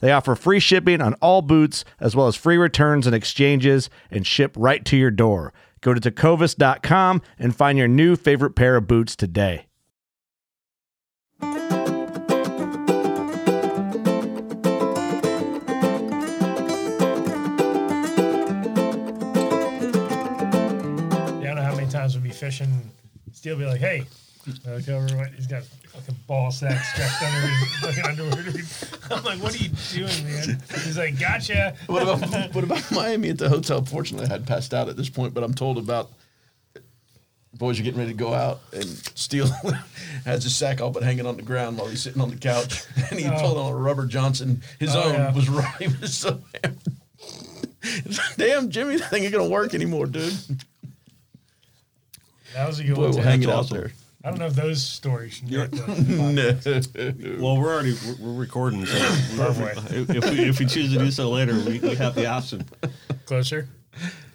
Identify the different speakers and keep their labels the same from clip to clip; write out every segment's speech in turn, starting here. Speaker 1: They offer free shipping on all boots, as well as free returns and exchanges, and ship right to your door. Go to tecovas.com and find your new favorite pair of boots today.
Speaker 2: Yeah, I don't know how many times we'll be fishing. Steve will be like, hey. I look over, what- he's got fucking ball sack strapped under his fucking underwear. dude. I'm like, what are you doing, man? He's like, gotcha.
Speaker 3: What about what about Miami at the hotel? Fortunately, I had passed out at this point, but I'm told about boys are getting ready to go out and Steele has his sack all but hanging on the ground while he's sitting on the couch, and he pulled on a rubber Johnson. His
Speaker 2: Oh,
Speaker 3: own
Speaker 2: yeah.
Speaker 3: was right. He was so hammered. Damn, Jimmy, that thing ain't gonna work anymore, dude.
Speaker 2: That was a good
Speaker 3: Boy,
Speaker 2: one.
Speaker 3: we'll
Speaker 2: too.
Speaker 3: hang it out
Speaker 4: awesome.
Speaker 3: there.
Speaker 2: I don't know if those stories should be. uh,
Speaker 3: No.
Speaker 4: Well, we're already we're- we're recording, so
Speaker 2: Perfect.
Speaker 4: if if we, if we choose to do so later, we, we have the option.
Speaker 2: Closer.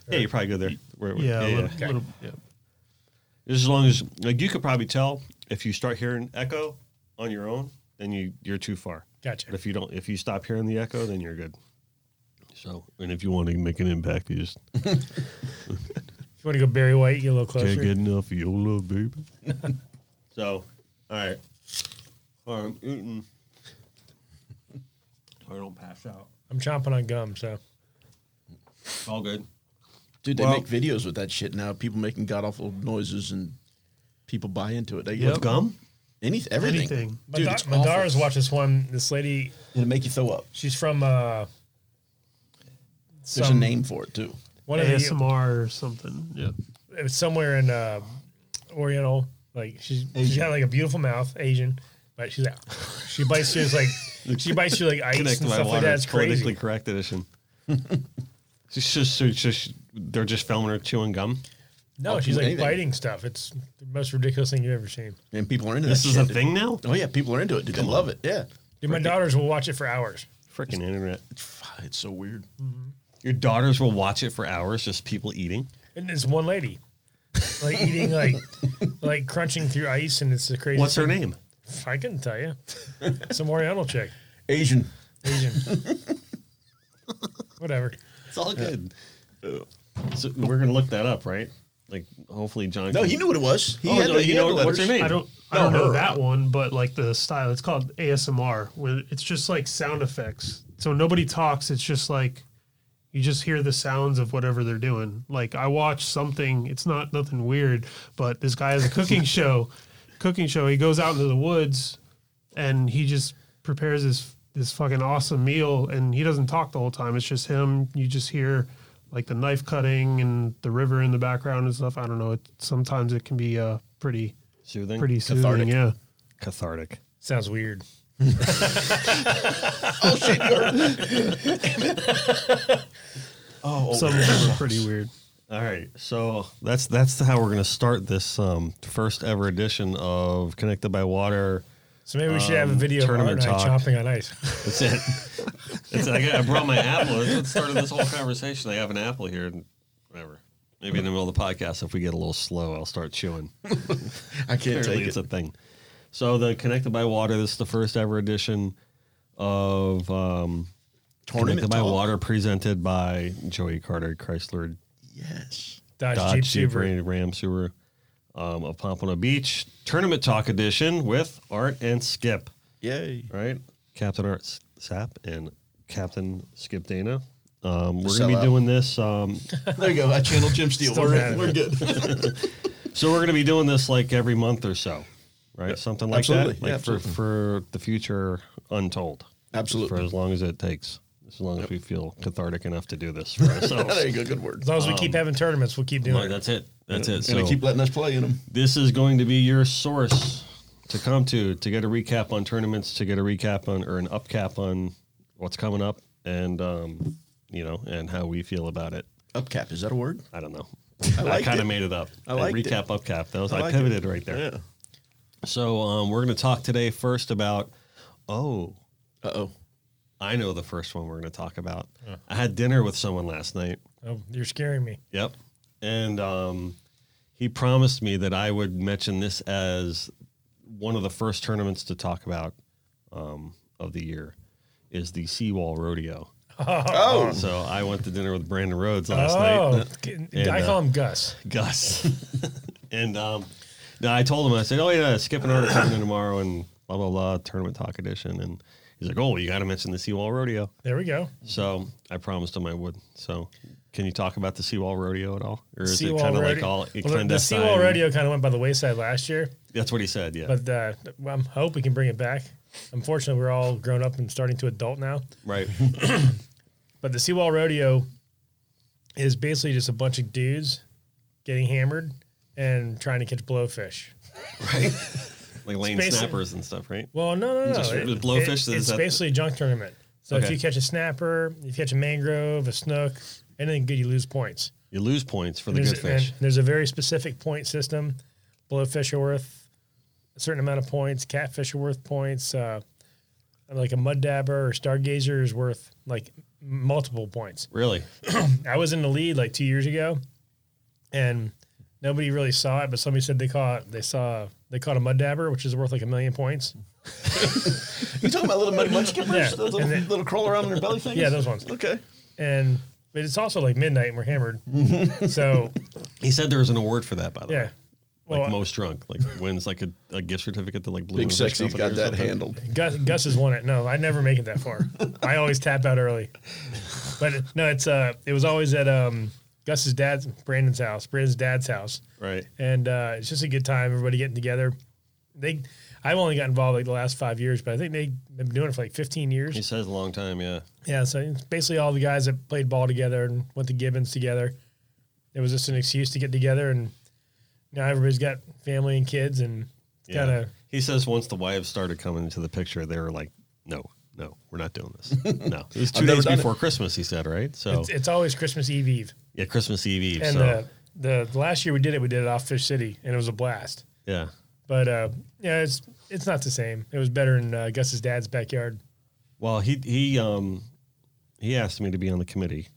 Speaker 4: Yeah, you probably go there. Where- where-
Speaker 2: Yeah, a little-
Speaker 4: yeah. Just as long as like you could probably tell if you start hearing echo on your own, then you you're too far.
Speaker 2: Gotcha.
Speaker 4: But if you don't, if you stop hearing the echo, then you're good. So, and if you want to make an impact, you just
Speaker 3: Oh,
Speaker 2: If you want to go Barry White, get a little closer.
Speaker 4: can't get enough of your love, baby. so, all right, all right, I'm eating. So I don't pass out.
Speaker 2: I'm chomping on gum, so
Speaker 4: It's all good.
Speaker 3: Dude, they
Speaker 4: Well-
Speaker 3: make videos with that shit now. People making god awful noises and people buy into it. They
Speaker 4: With gum?
Speaker 3: Any, everything.
Speaker 5: Anything.
Speaker 3: Dude,
Speaker 2: Madar-
Speaker 3: it's awful.
Speaker 2: Madara's watched this one. This lady,
Speaker 3: It'll make you throw up.
Speaker 2: she's from uh,
Speaker 3: There's
Speaker 2: some-
Speaker 3: a name for it too.
Speaker 2: One of the,
Speaker 5: ASMR or something. Yeah.
Speaker 2: it was somewhere in uh, Oriental. Like she's she's got like a beautiful mouth, Asian, but she's like, she bites through like she bites through like ice
Speaker 4: Connect
Speaker 2: and
Speaker 4: my
Speaker 2: stuff like
Speaker 4: water.
Speaker 2: that. It's crazy.
Speaker 4: politically correct edition. it's just, it's just, they're just filming her chewing gum.
Speaker 2: No, she's like
Speaker 3: Anything.
Speaker 2: biting stuff. It's the most ridiculous thing you've ever seen.
Speaker 3: And people are into
Speaker 4: This
Speaker 3: that
Speaker 4: is
Speaker 3: shit,
Speaker 4: a
Speaker 3: dude.
Speaker 4: thing now.
Speaker 3: Oh yeah, people are into it. Dude, they love it. Yeah,
Speaker 2: Dude, my daughters will watch it for hours.
Speaker 4: Freaking internet.
Speaker 3: Fuck, it's so weird.
Speaker 4: Your daughters will watch it for hours, just people eating.
Speaker 2: And there's one lady, like eating like like crunching through ice, and it's the crazy.
Speaker 4: What's her name?
Speaker 2: I couldn't tell you. Some Oriental chick,
Speaker 3: Asian.
Speaker 2: Asian. Whatever.
Speaker 4: It's all good. So we're gonna look that up, right? Like, hopefully, John.
Speaker 3: No,
Speaker 4: can-
Speaker 3: he knew what it was. He
Speaker 4: Oh,
Speaker 3: had
Speaker 4: no,
Speaker 3: the,
Speaker 4: you
Speaker 3: he
Speaker 4: know
Speaker 3: had the
Speaker 4: what's her
Speaker 3: letters.
Speaker 4: name?
Speaker 5: I don't I
Speaker 3: No,
Speaker 5: don't know
Speaker 3: her.
Speaker 5: that one, but like the style. It's called ASMR. Where it's just like sound effects. So nobody talks. It's just like you just hear the sounds of whatever they're doing. Like I watch something. It's not nothing weird, but this guy has a cooking show. Cooking show. He goes out into the woods, and he just prepares his this fucking awesome meal, and he doesn't talk the whole time. It's just him. You just hear. Like the knife cutting and the river in the background and stuff. I don't know. It, sometimes it can be uh, pretty
Speaker 4: Soothing.
Speaker 5: pretty soothing.
Speaker 3: Cathartic.
Speaker 5: Yeah,
Speaker 4: cathartic.
Speaker 2: Sounds weird.
Speaker 3: Oh shit, you're-
Speaker 5: some of them are pretty weird.
Speaker 4: All right, so that's that's how we're gonna start this um, first ever edition of Connected by Water.
Speaker 2: So maybe we should have a
Speaker 4: Um,
Speaker 2: video of Art and
Speaker 4: tournament
Speaker 2: I
Speaker 4: talk.
Speaker 2: chomping on ice.
Speaker 4: That's it. It's like I brought my apple. That's what started this whole conversation. I have an apple here, and whatever. Maybe in the middle of the podcast, if we get a little slow, I'll start chewing.
Speaker 3: I can't
Speaker 4: Apparently,
Speaker 3: take
Speaker 4: it's
Speaker 3: it.
Speaker 4: a thing. So the Connected by Water. This is the first ever edition of um,
Speaker 3: Tournament
Speaker 4: Connected by
Speaker 3: talk?
Speaker 4: Water, presented by Joey Carter Chrysler
Speaker 3: Yes.
Speaker 2: Dodge,
Speaker 4: Dodge
Speaker 2: Jeep
Speaker 4: Jeep
Speaker 2: Subaru.
Speaker 4: Ram- Ram Subaru um, of Pompano Beach Tournament Talk Edition with Art and Skip.
Speaker 3: Yay.
Speaker 4: Right, Captain Art S- Sapp and Captain Skip Dana. Um, we're gonna
Speaker 3: Sellout.
Speaker 4: be doing this um,
Speaker 3: There you go. I channeled Jim Steele.
Speaker 2: Still
Speaker 3: We're,
Speaker 2: mad.
Speaker 3: we're good.
Speaker 4: So we're going to be doing this like every month or so, right? Something like
Speaker 3: Absolutely.
Speaker 4: that,
Speaker 3: Yeah,
Speaker 4: like for,
Speaker 3: absolutely.
Speaker 4: for the future untold.
Speaker 3: Absolutely.
Speaker 4: For as long as it takes, as long as we feel cathartic enough to do this for
Speaker 3: there
Speaker 4: ourselves.
Speaker 3: you go. Good word.
Speaker 2: As long as we
Speaker 4: Um,
Speaker 2: keep having tournaments, we'll keep doing
Speaker 4: Like,
Speaker 2: it.
Speaker 4: that's it. That's it.
Speaker 3: And
Speaker 4: So
Speaker 3: they keep letting us play in them.
Speaker 4: this is going to be your source to come to to get a recap on tournaments, to get a recap on or an upcap on what's coming up, and um, you know, and how we feel about it.
Speaker 3: Upcap, is that a word?
Speaker 4: I don't know.
Speaker 3: I
Speaker 4: I,
Speaker 3: liked
Speaker 4: kind
Speaker 3: it.
Speaker 4: of made it up.
Speaker 3: I
Speaker 4: And
Speaker 3: liked it.
Speaker 4: recap upcap. That was I,
Speaker 3: liked it.
Speaker 4: pivoted right there.
Speaker 3: Yeah.
Speaker 4: So um, we're going to talk today first about. Oh,
Speaker 3: Uh oh.
Speaker 4: I know the first one we're going to talk about. I had dinner with someone last night.
Speaker 2: Oh, you're scaring me.
Speaker 4: Yep, and um, he promised me that I would mention this as one of the first tournaments to talk about um, of the year is the Seawall Rodeo.
Speaker 3: Oh.
Speaker 4: So I went to dinner with Brandon Rhodes last night.
Speaker 2: Oh,
Speaker 4: And,
Speaker 2: I
Speaker 4: uh,
Speaker 2: call him Gus.
Speaker 4: Gus. and um, no, I told him, I said, oh, yeah, skipping our tournament tomorrow and blah, blah, blah, tournament talk edition. And he's like, oh, you got to mention the Seawall Rodeo.
Speaker 2: There we go.
Speaker 4: So I promised him I would. So can you talk about the Seawall Rodeo at all? Or is
Speaker 2: Seawall
Speaker 4: it kind of like
Speaker 2: Radio-
Speaker 4: all
Speaker 2: Well, the- the
Speaker 4: clandestine?
Speaker 2: Seawall Radio kind of went by the wayside last year,
Speaker 4: That's what he said, yeah.
Speaker 2: but uh, I hope we can bring it back. Unfortunately, we're all grown up and starting to adult now.
Speaker 4: right.
Speaker 2: But the Seawall Rodeo is basically just a bunch of dudes getting hammered and trying to catch blowfish.
Speaker 4: Like lane
Speaker 2: It's basi-
Speaker 4: snappers and stuff, right?
Speaker 2: Well, no, no, no.
Speaker 4: Just
Speaker 2: It-
Speaker 4: the
Speaker 2: it-
Speaker 4: blowfish is
Speaker 2: it's
Speaker 4: that-
Speaker 2: basically a junk tournament. So if
Speaker 4: Okay.
Speaker 2: you catch a snapper, if you catch a mangrove, a snook, anything good, you lose points.
Speaker 4: You lose points for the
Speaker 2: there's,
Speaker 4: good fish.
Speaker 2: and there's a very specific point system. Blowfish are worth a certain amount of points. Catfish are worth points. Uh, like a mud dabber or stargazer is worth like m- multiple points.
Speaker 4: Really?
Speaker 2: I was in the lead like two years ago, and nobody really saw it, but somebody said they caught they saw they caught a mud dabber, which is worth like a million points.
Speaker 3: You talking about little muddy mudskippers?
Speaker 2: Yeah.
Speaker 3: Those little,
Speaker 2: And then-
Speaker 3: little crawl around in their belly things?
Speaker 2: Yeah, those ones.
Speaker 3: Okay.
Speaker 2: And but it's also like midnight and we're hammered, so
Speaker 4: He said there was an award for that, by the
Speaker 2: yeah.
Speaker 4: way. Like
Speaker 2: Well,
Speaker 4: most drunk, like wins like a, a gift certificate to like Blue Moon
Speaker 3: Big
Speaker 4: Fish
Speaker 3: Sexy's
Speaker 4: Company
Speaker 3: got
Speaker 4: or
Speaker 3: that
Speaker 4: something.
Speaker 3: handled.
Speaker 2: Gus, Gus has won it. No, I never make it that far. I always tap out early. But it- no, it's uh, it was always at um, Gus's dad's, Brandon's house, Brandon's dad's house,
Speaker 4: Right.
Speaker 2: and uh, it's just a good time. Everybody getting together. They, I've only got involved like the last five years, but I think they've been doing it for like 15 years.
Speaker 4: He says a long time, yeah.
Speaker 2: Yeah, so it's basically all the guys that played ball together and went to Gibbons together. It was just an excuse to get together, and now everybody's got family and kids, and it's
Speaker 4: Yeah.
Speaker 2: kind of
Speaker 4: He says once the wives started coming into the picture, they were like, "No, no, we're not doing this." No, it was two
Speaker 3: never
Speaker 4: days
Speaker 3: done it.
Speaker 4: before Christmas. He said, right? So
Speaker 2: it's, it's always Christmas Eve Eve.
Speaker 4: yeah, Christmas Eve Eve.
Speaker 2: And
Speaker 4: so
Speaker 2: the, the last year we did it, we did it off Fish City, and it was a blast.
Speaker 4: yeah,
Speaker 2: But uh, yeah, it's it's not the same. It was better in uh, Gus's dad's backyard.
Speaker 4: well, he he um he asked me to be on the committee.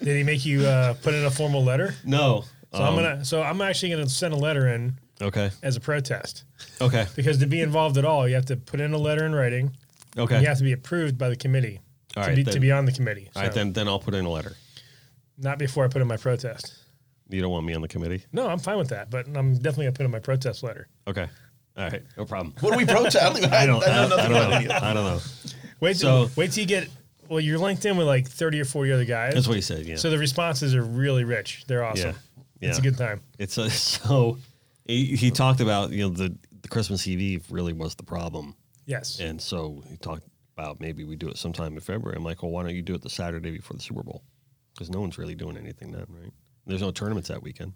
Speaker 2: Did he make you uh, put in a formal letter?
Speaker 4: No, Um,
Speaker 2: So I'm gonna. So I'm actually gonna send a letter in
Speaker 4: okay,
Speaker 2: as a protest
Speaker 4: okay,
Speaker 2: because to be involved at all, you have to put in a letter in writing.
Speaker 4: okay.
Speaker 2: You have to be approved by the committee
Speaker 4: All
Speaker 2: to,
Speaker 4: right,
Speaker 2: be, to
Speaker 4: then.
Speaker 2: be on the committee.
Speaker 4: All right,
Speaker 2: So,
Speaker 4: then then I'll put in a letter.
Speaker 2: Not before I put in my protest.
Speaker 4: You don't want me on the committee?
Speaker 2: No, I'm fine with that, but I'm definitely gonna put in my protest letter.
Speaker 4: Okay, all right, no problem.
Speaker 3: What do we protest? I don't, even- I
Speaker 4: I
Speaker 3: know
Speaker 4: don't,
Speaker 3: nothing
Speaker 4: I
Speaker 3: about
Speaker 4: don't
Speaker 3: any
Speaker 4: know.
Speaker 3: of it.
Speaker 4: I don't know.
Speaker 2: Wait,
Speaker 4: So-
Speaker 2: till, wait till you get. Well, you're linked in with like 30 or 40 other guys.
Speaker 4: That's what he said. Yeah.
Speaker 2: So the responses are really rich. They're awesome.
Speaker 4: Yeah.
Speaker 2: It's a
Speaker 4: Yeah.
Speaker 2: good time.
Speaker 4: It's a, so he, he talked about you know the the Christmas Eve Eve really was the problem.
Speaker 2: Yes.
Speaker 4: And so he talked about maybe we do it sometime in February. I'm like, well, why don't you do it the Saturday before the Super Bowl? Because no one's really doing anything then, right? There's no tournaments that weekend.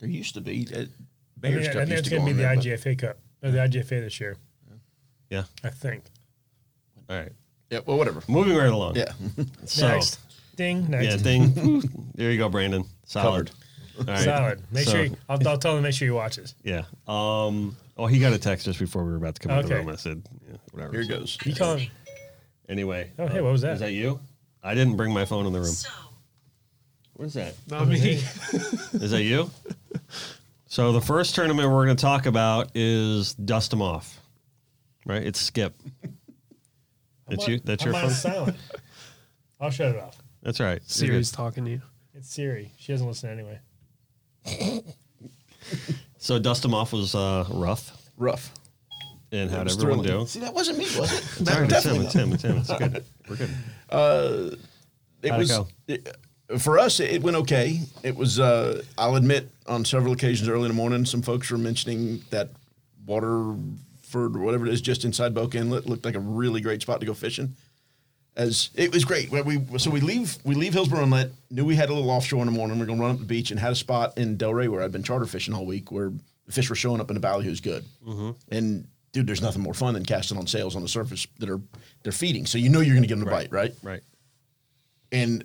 Speaker 3: There used to be.
Speaker 2: I
Speaker 3: uh,
Speaker 2: think,
Speaker 3: Bears
Speaker 2: I
Speaker 3: Cup
Speaker 2: think
Speaker 3: used
Speaker 2: it's
Speaker 3: to
Speaker 2: going
Speaker 3: go
Speaker 2: to
Speaker 3: on
Speaker 2: be the
Speaker 3: there, but
Speaker 2: IGFA Cup or the IGFA this year,
Speaker 4: Yeah.
Speaker 2: I think.
Speaker 4: All right.
Speaker 3: Yeah, well, whatever.
Speaker 4: Moving right along.
Speaker 3: Yeah.
Speaker 4: So,
Speaker 2: next. Ding. Next.
Speaker 4: yeah, ding. there you go, Brandon. Solid. All right.
Speaker 2: Solid. Make
Speaker 4: So-
Speaker 2: sure you, I'll, I'll tell them. Make sure you watch this.
Speaker 4: Yeah. Um. Oh, he got a text just before we were about to come out of the
Speaker 2: Okay.
Speaker 4: room. I said, yeah, whatever.
Speaker 3: Here goes.
Speaker 2: You call him.
Speaker 4: Anyway. uh,
Speaker 2: Oh, hey, what was that?
Speaker 4: Is that you? I didn't bring my phone in the room.
Speaker 6: So,
Speaker 4: Where's that?
Speaker 5: Not me.
Speaker 4: Is that you? so the first tournament we're going to talk about is Dust 'em Off, right? It's Skip. That's you. That's
Speaker 2: I'm
Speaker 4: your
Speaker 2: on
Speaker 4: phone.
Speaker 2: silent. I'll shut it off.
Speaker 4: That's right. You're good.
Speaker 5: Siri's talking to you.
Speaker 2: It's Siri. She doesn't listen anyway.
Speaker 4: So Dust 'em Off was uh, rough
Speaker 3: Rough.
Speaker 4: and how'd
Speaker 3: It's
Speaker 4: everyone
Speaker 3: thrilling.
Speaker 4: do?
Speaker 3: See, that wasn't me, was it?
Speaker 4: It's all right, it's him. It's him. It's him. It's good. We're good.
Speaker 3: it
Speaker 4: How'd it
Speaker 3: was
Speaker 4: go?
Speaker 3: it- for us it went okay it was uh, i'll admit on several occasions early in the morning some folks were mentioning that waterford or whatever it is just inside boca inlet looked like a really great spot to go fishing as it was great Well, we so we leave we leave hillsborough inlet knew we had a little offshore in the morning we're going to run up the beach and had a spot in delray where i'd been charter fishing all week where the fish were showing up in the ballyhoo's good and dude there's nothing more fun than casting on sails on the surface that are they're feeding so you know you're going to get them a bite right
Speaker 4: Right.
Speaker 3: and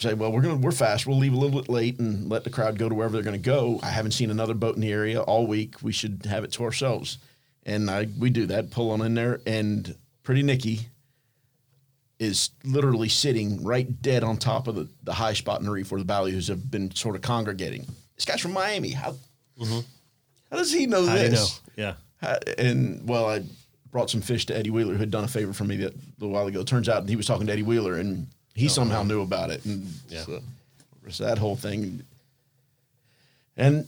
Speaker 3: say, well, we're gonna we're fast. We'll leave a little bit late and let the crowd go to wherever they're gonna go. I haven't seen another boat in the area all week. We should have it to ourselves. And I we do that, pull on in there, and pretty Nikki is literally sitting right dead on top of the, the high spot in the reef where the ballyhoos have been sort of congregating. This guy's from Miami. How how does he know
Speaker 4: Mm-hmm. How do you
Speaker 3: this?
Speaker 4: know? Yeah.
Speaker 3: Uh, and well, I brought some fish to Eddie Wheeler, who had done a favor for me that a little while ago. Turns out he was talking to Eddie Wheeler, and he somehow knew about it, and
Speaker 4: Yeah.
Speaker 3: so, so that whole thing. And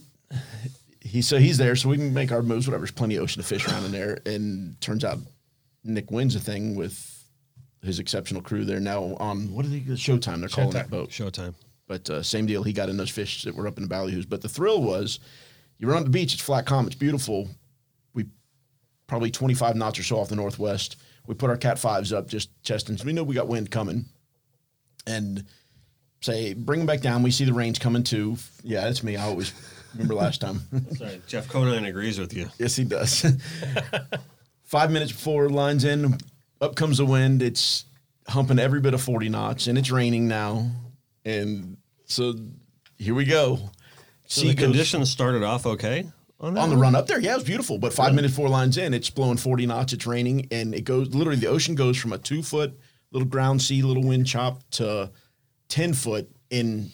Speaker 3: he so he's there, so we can make our moves. Whatever, there's plenty of ocean to fish around in there. And turns out Nick wins a thing with his exceptional crew. They're now on what are they? Showtime. They're calling that boat.
Speaker 4: Oh, Showtime.
Speaker 3: But uh, same deal, he got in those fish that were up in the ballyhoos. But the thrill was, you were on the beach, it's flat calm, it's beautiful. We probably 25 knots or so off the northwest. We put our Cat 5s up, just testing. We know we got wind coming. And say, bring them back down. We see the rain's coming too. Yeah, that's me. I always remember last time.
Speaker 4: Sorry, Jeff Conine agrees with you.
Speaker 3: Yes, he does. Five minutes before lines in, up comes the wind. It's humping every bit of 40 knots, and it's raining now. And so here we go.
Speaker 4: So
Speaker 3: Sea
Speaker 4: the
Speaker 3: goes-
Speaker 4: conditions started off okay on that.
Speaker 3: on the run up there, yeah, it was beautiful. But five minutes, four lines in, it's blowing 40 knots, it's raining, and it goes literally the ocean goes from a two foot little ground sea, little wind chop to 10 foot in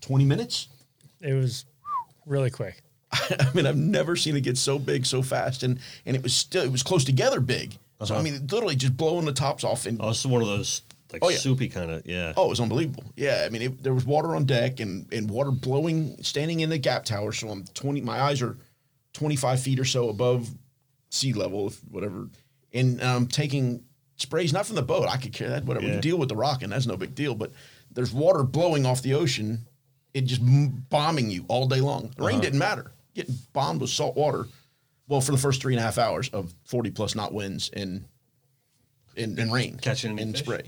Speaker 3: 20 minutes.
Speaker 2: It was really quick.
Speaker 3: I mean, I've never seen it get so big so fast, and and it was still it was close together big. So I mean, it literally just blowing the tops off, and
Speaker 4: Oh,
Speaker 3: oh,
Speaker 4: it's one of those like
Speaker 3: Oh, yeah.
Speaker 4: soupy kind of yeah.
Speaker 3: Oh, it was unbelievable. Yeah, I mean, it, there was water on deck and and water blowing, standing in the gap tower. So I'm twenty, my eyes are twenty five feet or so above sea level, if whatever, and I'm taking sprays not from the boat. I could care that whatever. We
Speaker 4: Yeah.
Speaker 3: can deal with the rocking, that's no big deal. But there's water blowing off the ocean, it just m- bombing you all day long. The
Speaker 4: Uh-huh.
Speaker 3: rain didn't matter. Getting bombed with salt water. Well, for the first three and a half hours of forty plus knot winds and and, and rain
Speaker 4: Catching any
Speaker 3: and
Speaker 4: fish?
Speaker 3: spray.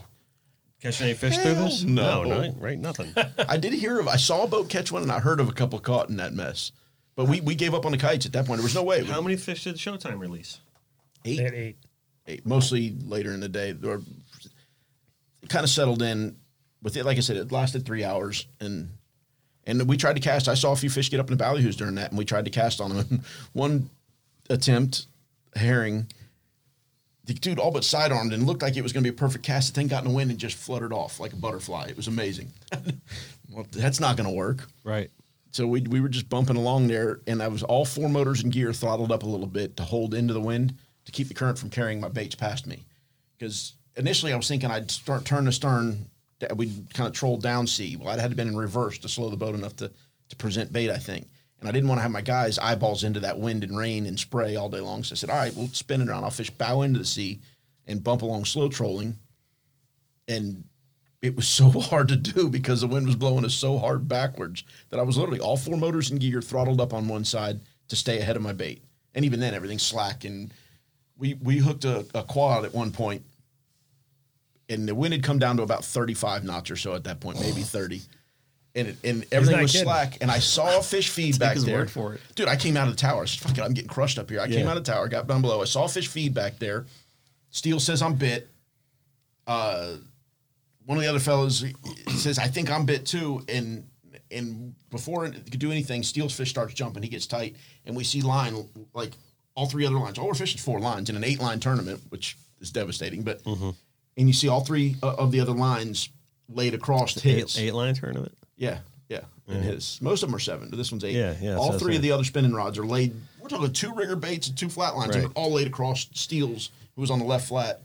Speaker 4: Catching any fish through
Speaker 3: Hell
Speaker 4: this?
Speaker 3: no.
Speaker 4: no, right, right, nothing.
Speaker 3: I did hear of. I saw a boat catch one, and I heard of a couple caught in that mess. But we, we gave up on the kites at that point. There was no way. We-
Speaker 4: How many fish did Showtime release?
Speaker 2: They had eight.
Speaker 3: mostly later in the day, or kind of settled in with it. Like I said, it lasted three hours, and and we tried to cast. I saw a few fish get up in the ballyhoos during that, and we tried to cast on them. One attempt, herring, the dude all but sidearmed and looked like it was going to be a perfect cast. The thing got in the wind and just fluttered off like a butterfly. It was amazing. well, that's not going to work
Speaker 4: Right.
Speaker 3: so we, we were just bumping along there and i was all four motors and gear throttled up a little bit to hold into the wind to keep the current from carrying my baits past me because initially i was thinking i'd start turn the stern that we'd kind of troll down sea well i'd had been in reverse to slow the boat enough to, to present bait i think and i didn't want to have my guys eyeballs into that wind and rain and spray all day long so i said all right we'll spin it around i'll fish bow into the sea and bump along slow trolling and it was so hard to do because the wind was blowing us so hard backwards that I was literally all four motors and gear throttled up on one side to stay ahead of my bait. And even then, everything's slack. And we we hooked a, a quad at one point, and the wind had come down to about thirty five knots or so at that point, maybe thirty. And it, and everything
Speaker 2: not
Speaker 3: was
Speaker 2: kidding.
Speaker 3: slack. And I saw a fish feed back
Speaker 4: his
Speaker 3: there.
Speaker 4: word for it.
Speaker 3: Dude, I came out of the tower. I said, Fuck it, I'm getting crushed up here. I came
Speaker 4: Yeah.
Speaker 3: out of the tower, got down below. I saw fish feed back there. Steele says I'm bit one of the other fellows says, "I think I'm bit too," and and before it could do anything, Steele's fish starts jumping. He gets tight, and we see line like all three other lines. All we're fishing is four lines in an eight line tournament, which is devastating. But and you see all three o- of the other lines laid across
Speaker 4: Eight,
Speaker 3: hits.
Speaker 4: eight line tournament.
Speaker 3: Yeah, yeah. And his most of them are seven, but this one's eight.
Speaker 4: Yeah, yeah,
Speaker 3: All
Speaker 4: so
Speaker 3: three
Speaker 4: same.
Speaker 3: of the other spinning rods are laid. We're talking two rigger baits and two flat lines, and
Speaker 4: Right.
Speaker 3: they're all laid across Steels, who was on the left flat,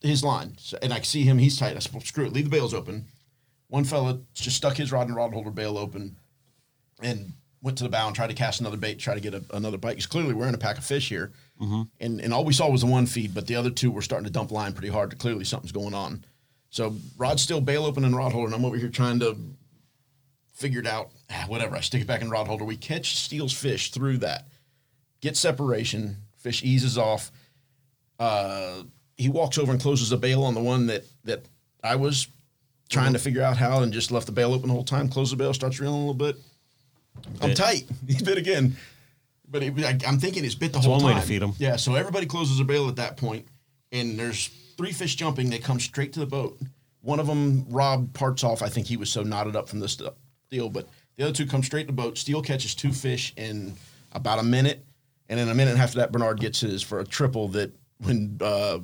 Speaker 3: his line. So, and I see him; he's tight. I said, well, "Screw it, leave the bails open." One fella just stuck his rod and rod holder bail open, and went to the bow and tried to cast another bait, try to get a, another bite. Because clearly we're in a pack of fish here,
Speaker 4: Mm-hmm.
Speaker 3: and and all we saw was the one feed, but the other two were starting to dump line pretty hard. Clearly something's going on. So rod still bail open and rod holder, and I'm over here trying to figure it out. Ah, Whatever, I stick it back in rod holder. We catch steals fish through that, get separation. Fish eases off. Uh, he walks over and closes the bail on the one that that I was trying
Speaker 4: Mm-hmm.
Speaker 3: to figure out how, and just left the bail open the whole time. Closes the bail, starts reeling a little bit. I'm
Speaker 4: Bit.
Speaker 3: tight. He bit again. But it, I, I'm thinking it's bit the whole
Speaker 4: one way
Speaker 3: time.
Speaker 4: to feed 'em.
Speaker 3: Yeah, so everybody closes their bail at that point, and there's three fish jumping. They come straight to the boat. One of them, Rob, parts off. I think he was so knotted up from this stu- deal, but the other two come straight to the boat. Steele catches two fish in about a minute, and in a minute after that, Bernard gets his for a triple that when uh,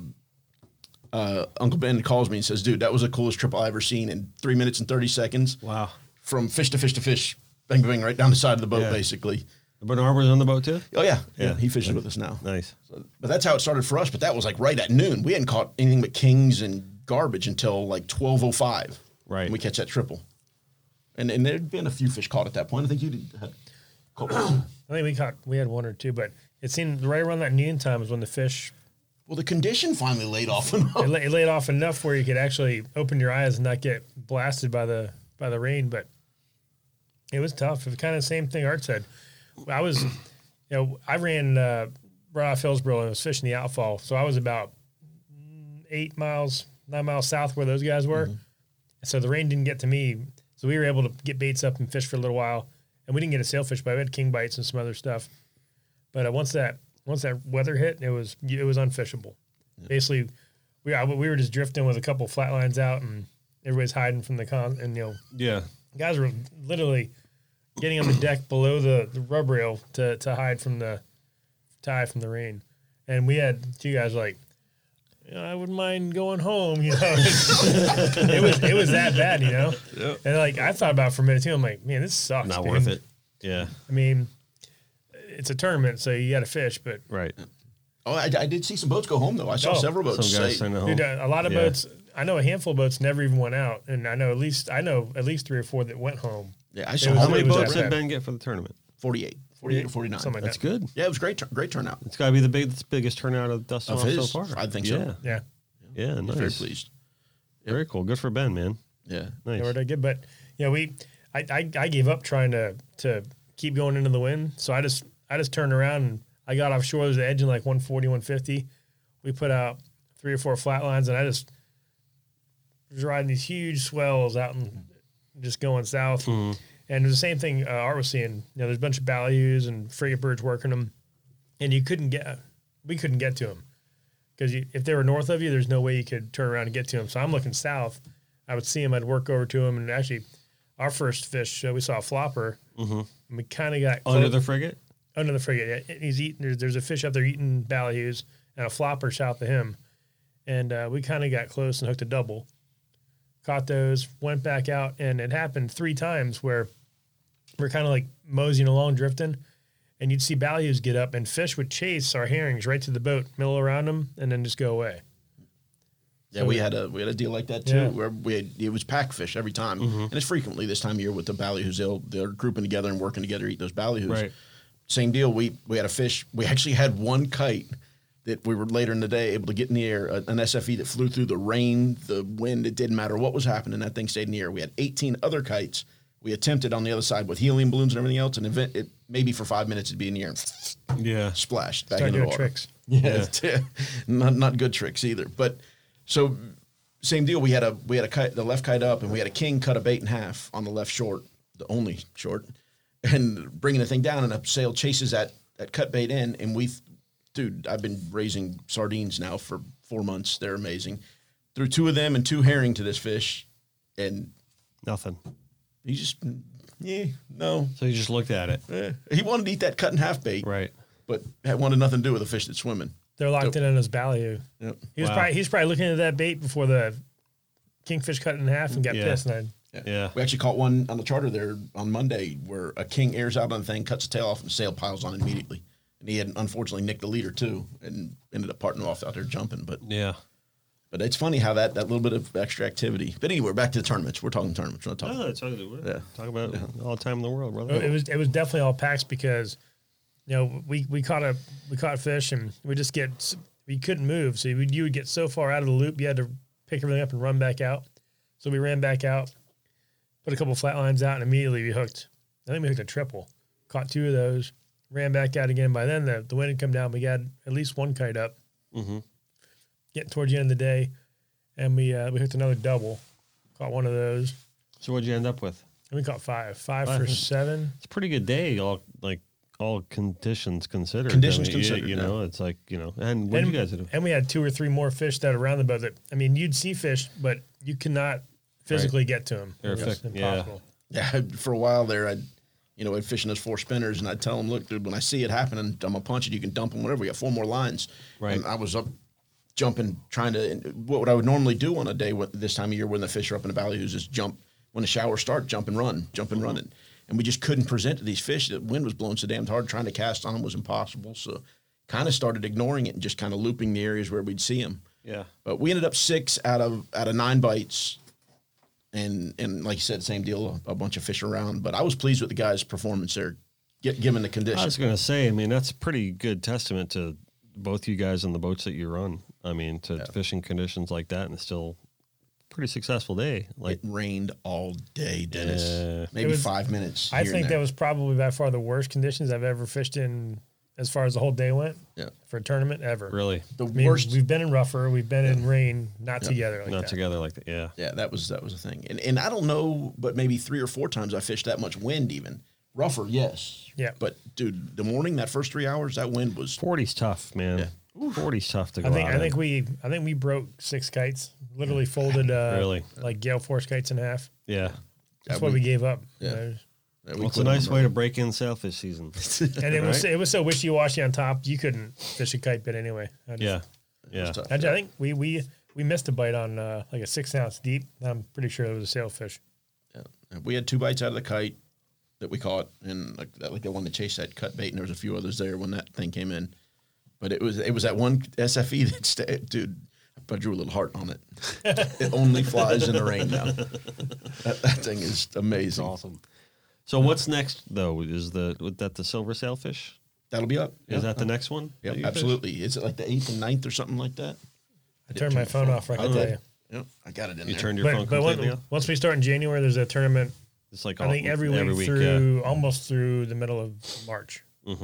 Speaker 3: uh, Uncle Ben calls me and says, dude, that was the coolest triple I ever seen in three minutes and 30 seconds.
Speaker 4: Wow.
Speaker 3: From fish to fish to fish, bang, bang, right down the side of the boat,
Speaker 4: Yeah.
Speaker 3: basically.
Speaker 4: Bernard was on the boat too.
Speaker 3: Oh, yeah.
Speaker 4: Yeah.
Speaker 3: Yeah. he fishes with us now.
Speaker 4: Nice.
Speaker 3: So- But that's how it started for us. But that was like right at noon. We hadn't caught anything but kings and garbage until like 12.05.
Speaker 4: Right.
Speaker 3: And we catch that triple. And, and there'd been a few fish caught at that point. I think you did, had caught one.
Speaker 2: I think we caught we had one or two, but it seemed right around that noon time is when the fish
Speaker 3: Well, the condition finally laid off.
Speaker 2: it, la- it laid off enough where you could actually open your eyes and not get blasted by the by the rain. But it was tough. It was kind of the same thing Art said. I was, you know, I ran uh, right off Hillsboro and was fishing the outfall, so I was about mm, eight miles, nine miles south where those guys were. So the rain didn't get to me. So we were able to get baits up and fish for a little while, and we didn't get a sailfish, but we had king bites and some other stuff. But uh, once that once that weather hit, it was it was unfishable. Basically, we I, we were just drifting with a couple flat lines out, and everybody's hiding from the con. And you know,
Speaker 4: Yeah.
Speaker 2: guys were literally getting on the deck below the, the rub rail to, to hide from the to hide from the rain. And we had two guys like, "You know, I wouldn't mind going home. You know, it was it was that bad. You know, and like I thought about it for a minute too. I'm like, man, this sucks.
Speaker 4: Not
Speaker 2: dude."
Speaker 4: worth it. Yeah.
Speaker 2: I mean, it's a tournament, so you got to fish, but
Speaker 4: Right.
Speaker 3: Oh, I, I did see some boats go home though. I saw
Speaker 2: Oh,
Speaker 3: several boats.
Speaker 4: Some guys
Speaker 3: say-
Speaker 4: send it home.
Speaker 2: Dude, uh, a lot of
Speaker 4: Yeah.
Speaker 2: boats. I know a handful of boats never even went out, and I know at least I know at least three or four that went home.
Speaker 3: yeah, I saw
Speaker 2: was-
Speaker 4: How
Speaker 3: how
Speaker 4: many
Speaker 2: it was
Speaker 4: boats
Speaker 2: that bad.
Speaker 4: did Ben get for the tournament?
Speaker 3: 48, 48 or 49.
Speaker 2: Something like
Speaker 4: That's
Speaker 2: that.
Speaker 4: good.
Speaker 3: Yeah, it was great, tur- great turnout.
Speaker 4: It's got to be the big, biggest turnout of Dust
Speaker 3: Of
Speaker 4: Off so
Speaker 3: his,
Speaker 4: far.
Speaker 3: I think so.
Speaker 4: yeah.
Speaker 2: Yeah,
Speaker 4: Yeah. Nice.
Speaker 3: Very pleased.
Speaker 4: Very cool. Good for Ben, man.
Speaker 3: Yeah.
Speaker 4: Nice.
Speaker 2: they were that good. But yeah, we I, I I gave up trying to to keep going into the wind, so I just I just turned around and I got offshore. There was an edge in like 140, 150. We put out three or four flat lines, and I just was riding these huge swells out and just going south. And it was the same thing uh, Art was seeing. You know, there's a bunch of ballyhoos and frigate birds working them, and you couldn't get, we couldn't get to them because if they were north of you, there's no way you could turn around and get to them. So I'm looking south. I would see them. I'd work over to them, and actually, our first fish, uh, we saw a flopper, and we kind of got
Speaker 4: Mm-hmm. Under
Speaker 2: clo-
Speaker 4: the frigate?
Speaker 2: under the frigate. Yeah, and he's eating. There's, there's a fish up there eating ballyhoos, and a flopper south of him. And uh, we kind of got close and hooked a double, caught those, went back out, and it happened three times where we're kind of like moseying along, drifting, and you'd see ballyhoos get up, and fish would chase our herrings right to the boat, middle around them, and then just go away.
Speaker 3: Yeah, we had a we had a deal like that too,
Speaker 2: Yeah.
Speaker 3: where we had, it was pack fish every time, and it's frequently this time of year with the ballyhoos. They'll they're grouping together and working together to eat those ballyhoos.
Speaker 4: Right.
Speaker 3: Same deal. We we had a fish. We actually had one kite that we were later in the day able to get in the air. a- An SFE that flew through the rain, the wind. It didn't matter what was happening. That thing stayed in the air. We had 18 other kites. We attempted on the other side with helium balloons and everything else, and event it maybe for five minutes it'd be in the air and
Speaker 4: Yeah.
Speaker 3: splashed back
Speaker 2: Start
Speaker 3: into the
Speaker 2: doing
Speaker 3: water.
Speaker 2: tricks.
Speaker 3: Yeah, not not good tricks either. But so same deal. We had a we had a kite, the left kite up, and we had a king cut a bait in half on the left short, the only short, and bringing the thing down, and a sail chases that that cut bait in, and we, dude, I've been raising sardines now for four months. They're amazing. Threw two of them and two herring to this fish, and
Speaker 4: Nothing.
Speaker 3: he just, yeah, no.
Speaker 4: So you just looked at it.
Speaker 3: eh. He wanted to eat that cut in half bait,
Speaker 4: Right.
Speaker 3: But that wanted nothing to do with a fish that's swimming.
Speaker 2: They're locked in on his ballyhoo.
Speaker 3: Yep.
Speaker 2: He was
Speaker 4: Wow.
Speaker 2: probably he's probably looking at that bait before the kingfish cut in half and got
Speaker 4: Yeah.
Speaker 2: pissed. And I,
Speaker 4: Yeah.
Speaker 3: We actually caught one on the charter there on Monday where a king airs out on the thing, cuts the tail off, and the sail piles on immediately. And he had unfortunately nicked the leader too, and ended up parting off out there jumping. But
Speaker 4: Yeah.
Speaker 3: but it's funny how that that little bit of extra activity. But anyway, back to the tournaments. We're talking tournaments. We're not talking.
Speaker 4: No, Oh, that's what we're
Speaker 3: Yeah. Oh,
Speaker 4: talking about it all the time in the world, brother.
Speaker 2: it was it was definitely all packs because, you know, we, we caught a we caught fish and we just get s- we couldn't move, so you would, you would get so far out of the loop you had to pick everything up and run back out. So we ran back out, put a couple flat lines out, and immediately we hooked. I think we hooked a triple, caught two of those, ran back out again. By then the the wind had come down. We got at least one kite up. Getting towards the end of the day, and we uh, we hooked another double, caught one of those.
Speaker 4: so what'd you end up with?
Speaker 2: And we caught five. Five
Speaker 4: Five.
Speaker 2: for seven.
Speaker 4: It's a pretty good day, all like all conditions considered.
Speaker 3: Conditions
Speaker 4: I mean, you-
Speaker 3: considered,
Speaker 4: You
Speaker 3: yeah.
Speaker 4: know, it's like you know. And what did you guys do?
Speaker 2: and we had two or three more fish that around the boat that, I mean, you'd see fish, but you cannot physically get to them.
Speaker 4: They're
Speaker 2: It's
Speaker 4: effect- yeah.
Speaker 2: impossible.
Speaker 3: Yeah, for a while there, I'd you know I'd fishing those four spinners, and I'd tell them, look, dude, when I see it happening, I'm gonna punch it. You can dump them, whatever. We got four more lines.
Speaker 4: Right.
Speaker 3: And I was up jumping, trying to and what I would normally do on a day with, this time of year when the fish are up in the valley is just jump when the showers start, jump and run, jump and run, and, and we just couldn't present to these fish. The wind was blowing so damned hard, trying to cast on them was impossible. So, kind of started ignoring it and just kind of looping the areas where we'd see them.
Speaker 4: Yeah.
Speaker 3: But we ended up six out of out of nine bites, and and like you said, same deal, a bunch of fish around. But I was pleased with the guy's performance there, gi- given the
Speaker 4: I was
Speaker 3: conditions.
Speaker 4: gonna say. I mean, that's a pretty good testament to both you guys and the boats that you run. I mean, to fishing conditions like that, and it's still a pretty successful day. Like
Speaker 3: It rained all day, Dennis.
Speaker 4: Yeah.
Speaker 3: Maybe
Speaker 2: It was-
Speaker 3: five minutes.
Speaker 2: I
Speaker 3: here and
Speaker 2: think that
Speaker 3: there.
Speaker 2: was probably by far the worst conditions I've ever fished in as far as the whole day went
Speaker 3: Yeah.
Speaker 2: for a tournament ever.
Speaker 4: really
Speaker 3: the
Speaker 2: I mean,
Speaker 3: worst.
Speaker 2: We've been in rougher. We've been in rain, not together like
Speaker 4: not
Speaker 2: that.
Speaker 4: together like that. Yeah.
Speaker 3: yeah, that was that was a thing, and and I don't know, but maybe three or four times I fished that much wind, even rougher. Yes.
Speaker 2: Yeah.
Speaker 3: But dude, the morning that first three hours, that wind was.
Speaker 4: 40's tough, man. Forty's tough to go
Speaker 2: I think
Speaker 4: out
Speaker 2: I think
Speaker 4: in.
Speaker 2: we I think we broke six kites. Literally folded uh,
Speaker 4: Really?
Speaker 2: like gale force kites in half.
Speaker 4: yeah.
Speaker 2: That's why we, gave up.
Speaker 3: yeah.
Speaker 2: You know?
Speaker 3: that we
Speaker 4: Well, it's a
Speaker 3: couldn't
Speaker 4: nice
Speaker 3: remember.
Speaker 4: way to break in sailfish season.
Speaker 2: And it was
Speaker 4: Right?
Speaker 2: it was so wishy washy on top, you couldn't fish a kite bit anyway. I just-
Speaker 4: yeah. Yeah.
Speaker 3: tough.
Speaker 2: I, ju- I think we we we missed a bite on uh, like a six ounce deep. I'm pretty sure it was a sailfish.
Speaker 3: Yeah. We had two bites out of the kite that we caught, and like that, like the one that chased that cut bait, and there was a few others there when that thing came in. But it was it was that one SFE that stayed, dude. I drew a little heart on it. it only flies in the rain now. That, that thing is amazing.
Speaker 4: Awesome. So what's next though? Is the was that the silver sailfish?
Speaker 3: That'll be up.
Speaker 4: Is that the next one?
Speaker 3: Yep,
Speaker 4: that you fish?
Speaker 3: Oh. absolutely. Is it like the eighth and ninth or something like that?
Speaker 2: I turned my phone off. I can tell you.
Speaker 3: Yep, I got it in
Speaker 4: You
Speaker 3: there.
Speaker 4: turned your phone
Speaker 2: But, but
Speaker 4: completely
Speaker 2: once,
Speaker 4: off.
Speaker 2: once we start in January, there's a tournament.
Speaker 4: It's like
Speaker 2: I
Speaker 4: all-
Speaker 2: think every week,
Speaker 4: yeah. Mm-hmm.
Speaker 2: through almost through the middle of March.
Speaker 4: Yep.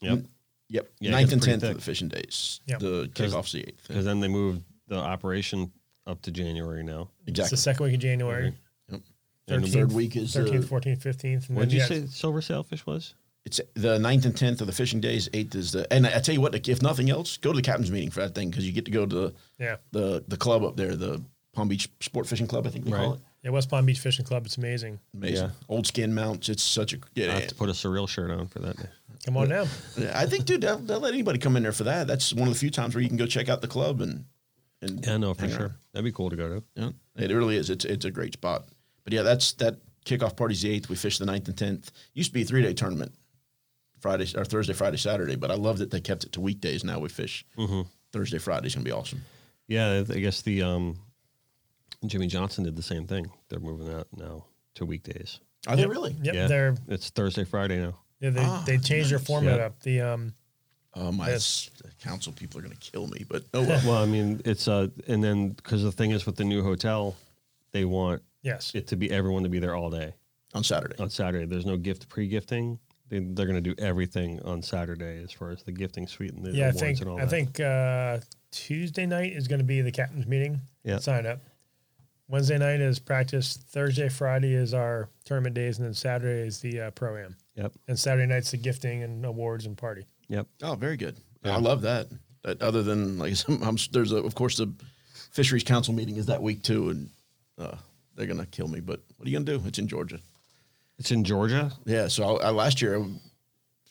Speaker 3: yep,
Speaker 4: Yeah, it
Speaker 3: ninth
Speaker 4: gets
Speaker 3: and
Speaker 4: pretty
Speaker 3: tenth of
Speaker 4: thick.
Speaker 3: the fishing days.
Speaker 2: Yep.
Speaker 3: The
Speaker 4: Cause-
Speaker 3: kickoff's the eighth.
Speaker 4: Because then they moved the operation up to January now.
Speaker 2: It's the
Speaker 3: Exactly.
Speaker 2: second week of January.
Speaker 3: Yep.
Speaker 4: And the
Speaker 3: third week is, uh,
Speaker 2: 13th, 14th, 15th. And
Speaker 4: What
Speaker 2: then,
Speaker 4: did you
Speaker 2: yeah,
Speaker 4: say silver sailfish was?
Speaker 3: It's the 9th and tenth of the fishing days. Eighth is the and I tell you what, if nothing else, go to the captain's meeting for that thing because you get to go to the,
Speaker 2: Yeah.
Speaker 3: the the club up there, the Palm Beach Sport Fishing Club. I think they call
Speaker 4: Right.
Speaker 3: it.
Speaker 2: Yeah, West Palm Beach Fishing Club. It's amazing.
Speaker 3: Amazing.
Speaker 4: Yeah.
Speaker 3: Old skin mounts. It's such a
Speaker 4: I
Speaker 3: yeah.
Speaker 4: have to put a surreal shirt on for that day.
Speaker 2: Come on now.
Speaker 3: yeah. I think, dude, they'll, they'll let anybody come in there for that. That's one of the few times where you can go check out the club and and
Speaker 4: Yeah, no, for
Speaker 3: hang
Speaker 4: sure.
Speaker 3: around.
Speaker 4: That'd be cool to go to.
Speaker 3: Yeah, it really is. It's it's a great spot. But yeah, that's that kickoff party's the eighth. We fish the 9th and tenth. Used to be a three day tournament, Friday or Thursday, Friday, Saturday. But I love that they kept it to weekdays. Now we fish
Speaker 4: Mm-hmm.
Speaker 3: Thursday, Friday's gonna be awesome.
Speaker 4: Yeah, I I guess the um, Jimmy Johnson did the same thing. They're moving that now to weekdays.
Speaker 3: Are they really?
Speaker 2: Yep.
Speaker 4: yeah, Ah,
Speaker 2: They're,
Speaker 4: it's Thursday, Friday now.
Speaker 2: yeah, they, they changed their format
Speaker 4: Yeah.
Speaker 2: up. The um,
Speaker 3: Oh my!
Speaker 2: Yes.
Speaker 3: s- Council people are gonna kill me. But oh well.
Speaker 4: Well, I mean, it's uh, and then because the thing is with the new hotel, they want
Speaker 2: Yes.
Speaker 4: it to be everyone to be there all day
Speaker 3: on Saturday.
Speaker 4: on Saturday. There's no gift pre-gifting. They, they're going to do everything on Saturday as far as the gifting suite and the
Speaker 2: Yeah, I
Speaker 4: awards
Speaker 2: think
Speaker 4: and all
Speaker 2: I
Speaker 4: that.
Speaker 2: think uh, Tuesday night is going to be the captain's meeting.
Speaker 4: Yeah.
Speaker 2: Sign up. Wednesday night is practice. Thursday, Friday is our tournament days, and then Saturday is the uh, pro am.
Speaker 4: Yep.
Speaker 2: And Saturday night's the gifting and awards and party.
Speaker 4: Yep.
Speaker 3: Oh, very good. I love that. That- other than like, some, I'm, s- there's a, of course the fisheries council meeting is that week too, and uh, they're gonna kill me. But what are you gonna do? It's in Georgia.
Speaker 4: It's in Georgia.
Speaker 3: Yeah. So I, I last year,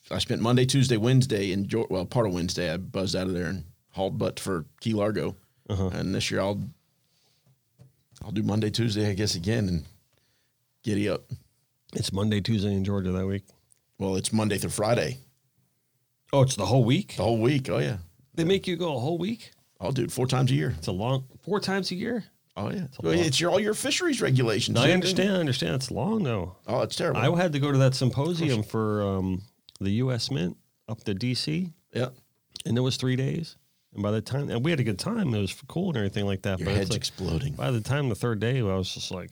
Speaker 3: I, I spent Monday, Tuesday, Wednesday in Georgia. Well, part of Wednesday, I
Speaker 4: Uh-huh.
Speaker 3: buzzed out of there and hauled butt for Key Largo. And this year, I'll I'll do Monday, Tuesday, I guess again, and giddy up.
Speaker 4: It's Monday, Tuesday in Georgia that week.
Speaker 3: Well, it's Monday through Friday,
Speaker 4: Oh, it's the whole week.
Speaker 3: the whole week. Oh yeah,
Speaker 4: They make you go a whole week.
Speaker 3: I'll do it four times a year.
Speaker 4: It's a long four times a year.
Speaker 3: Oh yeah,
Speaker 4: a lot.
Speaker 3: it's your all your fisheries regulations.
Speaker 4: No, I
Speaker 3: dude.
Speaker 4: understand. I understand. It's long though.
Speaker 3: Oh, it's terrible.
Speaker 4: I had to go to that symposium for um, the U.S. Mint up to D.C.
Speaker 3: yeah,
Speaker 4: and it was three days. And by the time and we had a good time, it was cool and everything like that.
Speaker 3: your
Speaker 4: but it's
Speaker 3: head's
Speaker 4: like,
Speaker 3: exploding.
Speaker 4: by the time the third day, I was just like,